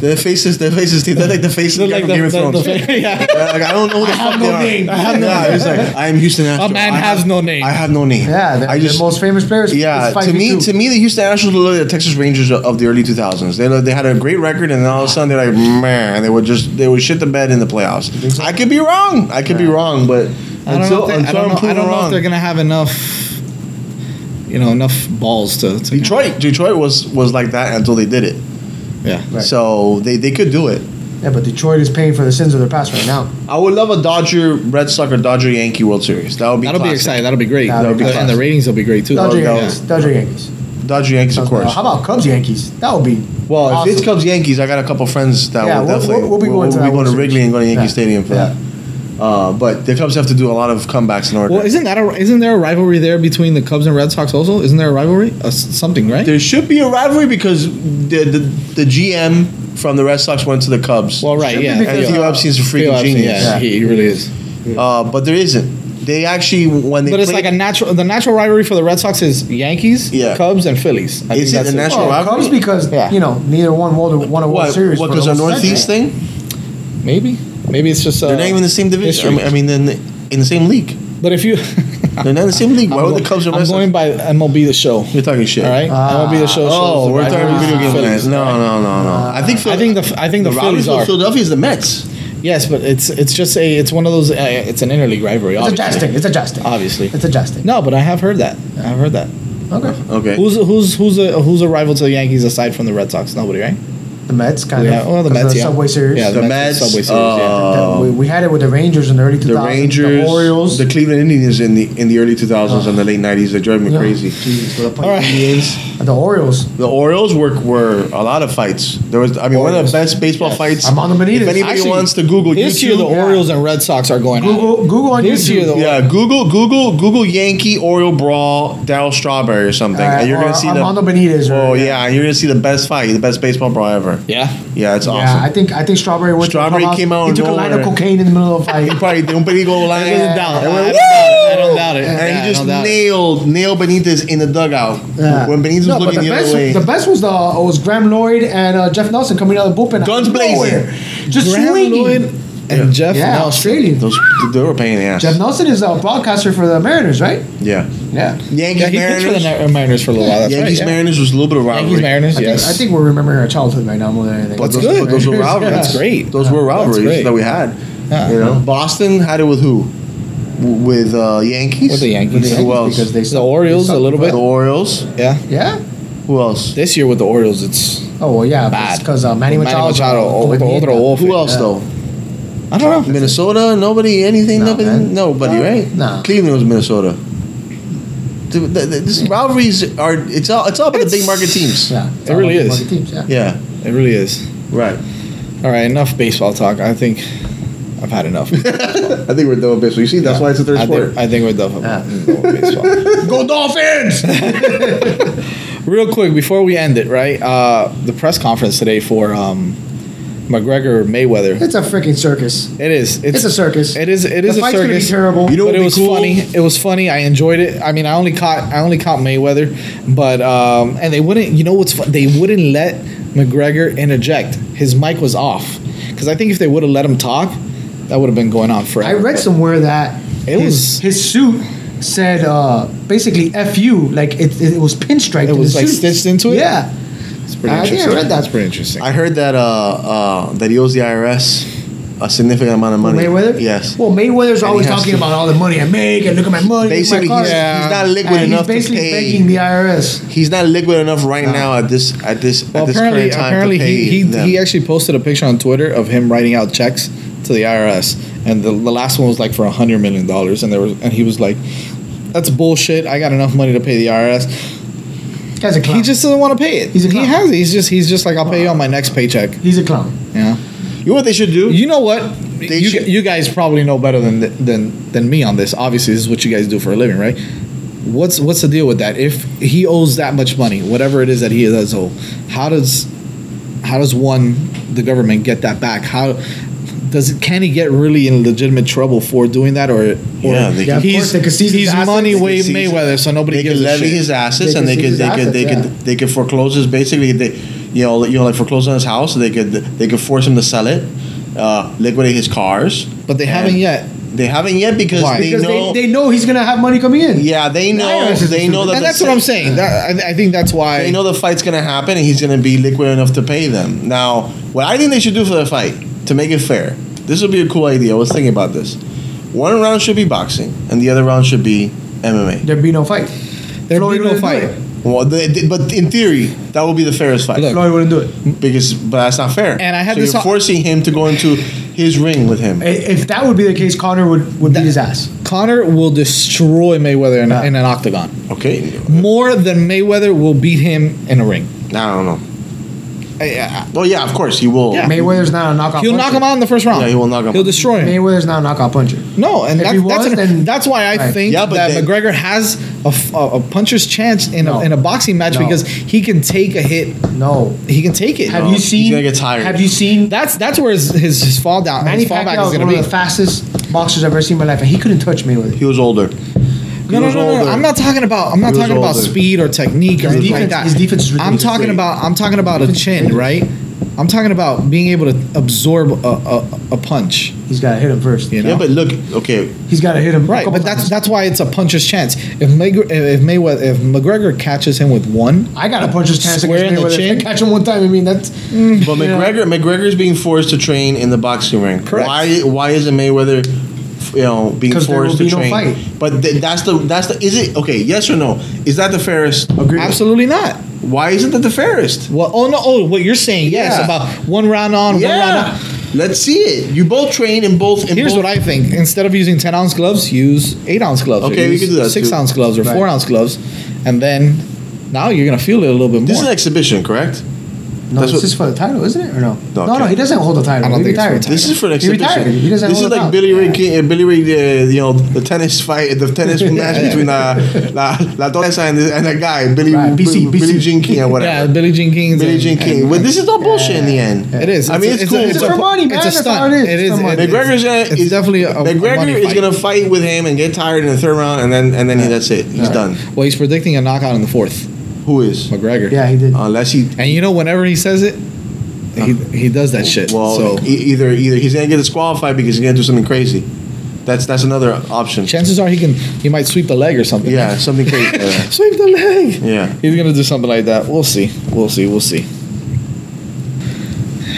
the faces, the faces team. They're like the faces
They're like
like from Game of
the-
Thrones.
the- the- yeah.
They're like, I don't know who the fuck
have
they
no
are.
name.
I have no. Yeah, it's like I am Houston Astros.
man
I
has no name.
I have no name.
Yeah, they're
I
the most famous players.
Yeah,
It's five
to
v
me, to
two.
me, the Houston Astros were like the Texas Rangers of- of the early 2000s. They they had a great record, and then all of a sudden they're like, man, they would just they would shit the bed in the playoffs. I could be wrong. I could be wrong,
I
but
don't, know,
until
if they, I
until
don't,
I'm
know, I don't
proven
know if
wrong,
they're gonna have enough, you know, enough balls to, to
Detroit Detroit was was like that until they did it.
Yeah,
Right.
So they they could do it.
Yeah, but Detroit is paying for the sins of their past right now.
I would love a Dodger Red Sox or Dodger Yankee World Series. That would be
that'll be
classic.
exciting. That'll be great.
That'll
be
The- and the
classic.
ratings will be great too.
Dodger
Yeah.
Yankees. Dodger Yankees. uh,
Dodger Yankees, of course.
How about Cubs Yankees? That would be
Well,
awesome.
if it's Cubs Yankees, I got a couple friends that
Yeah,
will
we'll-
definitely.
we'll- we'll be going to
we'll
that
going to
World
Wrigley and going to Yankee
Yeah.
Stadium for
Yeah.
that. Uh, but the Cubs have to do a lot of comebacks in order.
Well, isn't that a, isn't there a rivalry there between the Cubs and Red Sox also? Isn't there a rivalry? Uh, s- something right?
there should be a rivalry because the, the the GM from the Red Sox went to the Cubs.
well, right,
Should be
yeah.
because,
and
yeah.
Theo Epstein's a
Theo
freaking
Epstein,
genius.
Yeah, He, he really is.
Uh, but there isn't. They actually when they
But it's
played-
like a natural. The natural rivalry for the Red Sox is Yankees,
Yeah.
Cubs, and Phillies. I
Is it the natural
Oh,
rivalry?
Cubs because
Yeah.
you know neither one won, won a World
what
Series.
what
for
because
the
the
whole century.
Northeast thing.
Maybe, maybe it's just. Uh,
They're not even in the same division. I mean,
history.
I mean, in the, in the same league.
but if you,
They're not in the same league. Why
I'm
would
go-
the Cubs and
I'm
Red Sox?
going by MLB the show.
You're talking shit.
All right,
Ah.
MLB the show. shows
Oh,
the
we're talking
rivalries
video
with
game
Phillies.
guys. No, no, no, no. Uh, I think
I think the I think the, Phillies
Phillies
are
Philadelphia is the Mets.
yes, but it's it's just a it's one of those uh, it's an interleague rivalry.
It's a
Obviously.
jazz thing. It's a jazz thing.
Obviously.
It's a jazz thing.
No, but I have heard that. I've heard that.
Okay.
Okay.
Who's who's who's a who's a rival to the Yankees aside from the Red Sox? Nobody, right?
The Mets kind
Yeah,
of.
well, the
'cause
Mets,
of
yeah.
Subway Series.
Yeah,
the
Mets
Mets,
Subway Series, yeah.
uh,
we, we had it with the Rangers in the early 2000s.
the Rangers,
the Orioles.
the Cleveland Indians in the in the early 2000s and the late 90s. They drove me
Yeah.
crazy.
Jesus, what a point.
All right.
Indians.
The Orioles.
The Orioles were were a lot of fights. There was, I mean, one of
Orioles.
the best baseball fights.
Armando Benitez.
If anybody
Actually,
wants to Google
This
YouTube,
year, the
yeah.
Orioles and Red Sox are going. at it.
Google Google on
This
YouTube.
year, the-
yeah, Google Google Google Yankee Oriole brawl Daryl Strawberry or something,
Uh,
and you're
or
gonna see
Armando
the.
Benitez.
Oh
or-
yeah, and you're gonna see the best fight, the best baseball brawl ever.
yeah.
Yeah, it's
Yeah, I
awesome.
think I think Strawberry went. to the
Strawberry
clubhouse.
came out
He
of
took a line of
nowhere.
cocaine in the middle of a fight.
Probably de un peligro line.
I don't doubt it.
And
I
went,
don't
"Woo!"
doubt it. I don't doubt it.
And
Yeah, I
he just
don't doubt it.
nailed nailed Benitez in the dugout
Yeah.
when Benitez was
No, but
looking the,
best,
other way.
The best was the uh, was Graham Lloyd and uh, Jeff Nelson coming out of the bullpen. out
Guns
of
blazing.
nowhere. just
Graham
swinging.
Lloyd and Jeff
yeah,
Nelson.
Australian.
Those they were a pain in the ass.
Jeff Nelson is a broadcaster for the Mariners, right?
Yeah,
Yeah.
Yeah,
Yankees
he pitched for the
Mariners.
Na- Mariners for a little while. That's
Yankees
right. yeah.
Mariners was a little bit of rivalry.
Yankees Mariners.
I think,
Yes.
I think we're remembering our childhood right now more than anything.
But
That's
those,
good.
but those were rivalries.
That's great.
Those were
That's
rivalries
great.
that we had.
Yeah.
You know, Boston had it with who? W- With uh, Yankees.
With the Yankees.
With Who else?
Because they
the Orioles a little bit.
the Orioles.
Yeah.
Yeah.
Who else?
This year with the Orioles, it's
Oh well, yeah.
Bad.
Because uh,
Manny
Manny Machado.
Machado, otro- otro wolf.
Who else
Yeah.
though?
I don't know.
Minnesota. Nobody. Anything.
No,
nobody.
man.
Nobody.
No.
Right.
No.
Cleveland was Minnesota. The, the, the, this rivalries are. It's all. It's all about the big market teams.
Yeah.
It really
All
is.
the Teams, yeah.
Yeah.
It really is.
Right.
All right, enough baseball talk. I think I've had enough.
I think we're done with baseball. You see, that's why it's the third
I
sport.
think, I think we're done with
Yeah.
done with baseball.
Go Dolphins!
Real quick before we end it, right? Uh, the press conference today for um, McGregor Mayweather.
It's a freaking circus.
It is.
It's a circus.
It is. It is
The
a
fight's gonna be
circus.
terrible. You know
but
what
it
would
was
be cool?
funny. It was funny. I enjoyed it. I mean, I only caught. I only caught Mayweather, but um, and they wouldn't. You know what's? Fun? They wouldn't let McGregor interject. His mic was off because I think if they would have let him talk, that would have been going on
I
forever.
read somewhere that
It
his,
was-
his suit said uh, basically "f you," like it, it, was pinstriped.
It
in
was,
his
like,
suit.
stitched into it?
Yeah,
It's pretty
I think I
interesting.
read that.
It's pretty interesting.
I heard that uh, uh, that he owes the IRS a significant amount of money.
Mayweather.
Yes.
Well, Mayweather's
he
always
has
talking
to-
about all the money I make and look at my money. look at
basically,
my
he's,
cars.
Yeah.
he's not liquid
And he's
enough to
basically
pay.
begging the IRS.
he's not liquid enough right
No.
now at this at this at
well,
this
apparently,
current time
apparently
to pay
he, he,
them.
he actually posted a picture on Twitter of him writing out checks to the IRS, and the, the last one was like for a hundred million dollars, and there was and he was like, "That's bullshit. I got enough money to pay the IRS."
Guy's a clown.
He just doesn't want to pay it.
He's a
he
clown.
has. it. He's just he's just like I'll pay you on my next paycheck.
he's a clown.
Yeah.
you know what they should do?
You know what?
They
You,
should-
you guys probably know better than than than me on this. Obviously, this is what you guys do for a living, right? What's what's the deal with that? If he owes that much money, whatever it is that he does owe, how does how does one the government get that back? How does it, can he get really in legitimate trouble for doing that, or or
Yeah, they
Yeah, of
he's
course, they could seize his
he's
assets,
money
they could
way
seize-
Mayweather, so nobody
they could
gives a
levy
shit.
his assets
They
and
could
they could
seize his
they could they
assets,
could they could foreclose his basically they you know you know like foreclose on his house they could they could force him to sell it uh, liquidate his cars
But they haven't
And
yet.
they haven't yet because
Why?
they
Because
know
they, they know he's gonna have money coming in.
yeah they know
IRS is
they know
stupid.
that
And
the
that's what
sa-
I'm saying. That, I, I think that's why
they know the fight's gonna happen and he's gonna be liquid enough to pay them now what I think they should do for the fight to make it fair this would be a cool idea I was thinking about this one round should be boxing and the other round should be MMA
There'd be no fight.
there'd be
Floyd
no
wouldn't do
fight.
it.
Well, they, they- but in theory, that would be the fairest fight
Look.
Floyd wouldn't do it.
because, but that's not fair.
And I had
so
this
You're
o-
forcing him to go into his ring with him.
I- If that would be the case, Connor would would beat his ass.
Connor will destroy Mayweather in,
Yeah.
in an octagon
Okay,
more than Mayweather will beat him in a ring.
I don't know.
I- I-
Well, yeah, of course he will.
Yeah.
Mayweather's not a knockout.
he'll knock
puncher.
him out in the first round.
Yeah, he will knock him
He'll
out.
destroy him.
Mayweather's not a knockout puncher.
No, and
If
that's
he
that's,
was,
an-
then-
that's why I
Right.
think
Yeah, but
that
they-
McGregor has a, f- a- a puncher's chance in,
No.
a, in a boxing match
No.
because he can take a hit.
No.
He can take it.
Have
No,
you
he's
seen?
gonna get tired.
Have you seen?
That's that's where his his, his fall down,
Manny
his fallback
Pacquiao
is
is
going
one
to
of
be.
the fastest boxers I've ever seen in my life, and he couldn't touch Mayweather.
He was older.
No, no,
was
no, no, no.
older.
I'm not talking about. I'm not
He was
talking about
older.
speed or technique or
His
anything like
defense-
that.
his defense is
I'm
ridiculous.
talking
Great.
about. I'm talking about a
Defense is
chin,
great.
right? I'm talking about being able to absorb a, a, a punch.
He's got to hit him first.
You know?
Yeah, but look, okay,
He's got to hit him. a
Right,
couple
but that's
times.
that's why it's a puncher's chance. If May, if Mayweather if McGregor catches him with one,
I got to punch his chance
Square
against
in the
Mayweather. If I
chin?
catch him one time. I mean, that's
but McGregor, McGregor's being forced to train in the boxing ring.
Correct.
Why? Why isn't Mayweather, you know, being
'Cause there
forced
will
to
be no
train?
fight.
But th- that's the that's the is it okay? Yes or no? Is that the fairest?
Agreed.
absolutely not.
Why isn't that the fairest?
Well, oh no, oh what you're saying? Yes,
Yeah.
about one round on, one round
Yeah.
off.
Let's see it. You both train in both. In
Here's
both
what I think: instead of using ten ounce gloves, use eight ounce gloves. or
Okay, we
use
could do that
Six
too.
ounce gloves or
Right.
four ounce gloves, and then now you're gonna feel it a little bit more.
This is an exhibition, correct?
no.
That's
This
what-
is for the title, isn't it? Or no?
No,
No, no.
okay.
He doesn't hold the title.
I don't
He
think it's for the
retired.
title.
This is for an
He
exhibition.
retired. He doesn't
this
hold
is
it
like
out.
Billy Ray, King, uh, Billy Ray, uh, you know, the tennis fight, the tennis match between uh, La La Torresa and, and a guy, Billy
Right, BC,
Billy,
BC.
Jean King or whatever.
yeah, Billy Jean King's
Billy
and-
Jean
and-
King. well, this is all bullshit in the end.
It is.
I mean, it's,
a-
cool.
a-
It's for
a-
money, man.
It's a
That's
stunt.
how it is.
It
It's
is.
for money.
it is-
McGregor's gonna,
it's
is,
definitely a, a
McGregor
money
is
fight.
going to fight with him and get tired in the third round, and then and then he, that's it. He's done.
Well, he's predicting a knockout in the fourth.
Who is?
McGregor.
Yeah, he did.
Unless he
And you know, whenever he says it, he he does that shit.
Well,
so
e- either either he's gonna get disqualified because he's gonna do something crazy. That's that's another option.
chances are he can he might sweep the leg or something.
Yeah, something crazy. Uh,
Sweep the leg.
yeah.
He's gonna do something like that. We'll see. We'll see. We'll see.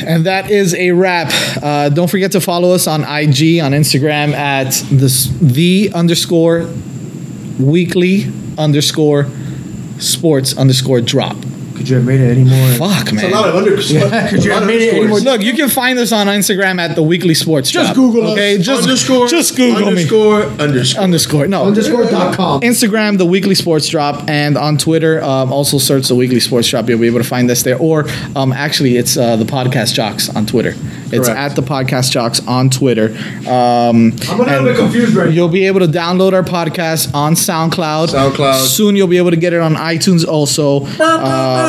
And that is a wrap. Uh, don't forget to follow us on IG on Instagram at the the underscore weekly underscore sports underscore drop.
Could you have made it any more?
Fuck man.
of underscores.
Could you have made it any more?
Look, you can find us on Instagram at the Weekly Sports.
Just
Drop,
Google us.
okay? Just Just Google me.
underscore, Underscore.
Underscore. No.
Underscore.com.
Instagram, the Weekly Sports Drop, and on Twitter, um, also search the Weekly Sports Drop. You'll be able to find us there. Or um, actually, it's uh, the Podcast Jocks on Twitter. It's
Correct.
at the Podcast Jocks on Twitter. Um,
I'm a little
and
bit confused right now.
You'll be able to download our podcast on SoundCloud.
SoundCloud.
Soon you'll be able to get it on iTunes also. Uh,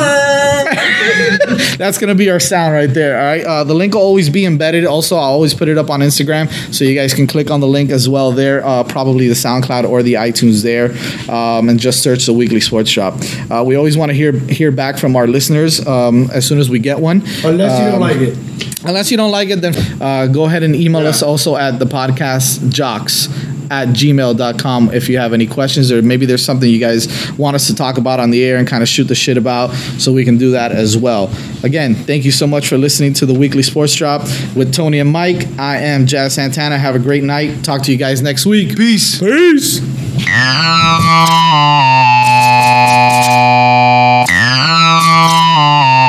That's gonna be our sound right there. All right. Uh, the link will always be embedded. Also, I'll always put it up on Instagram, so you guys can click on the link as well. There, uh, probably the SoundCloud or the iTunes there, um, and just search the Weekly Sports Shop. Uh, we always want to hear hear back from our listeners um, as soon as we get one.
Unless you don't like it.
Unless you don't like it, then uh, go ahead and email us also at the podcast jocks at gmail.com if you have any questions or maybe there's something you guys want us to talk about on the air and kind of shoot the shit about so we can do that as well. Again, thank you so much for listening to the weekly sports drop with Tony and Mike. I am Jazz Santana. Have a great night. Talk to you guys next week. Peace. Peace.
Ow.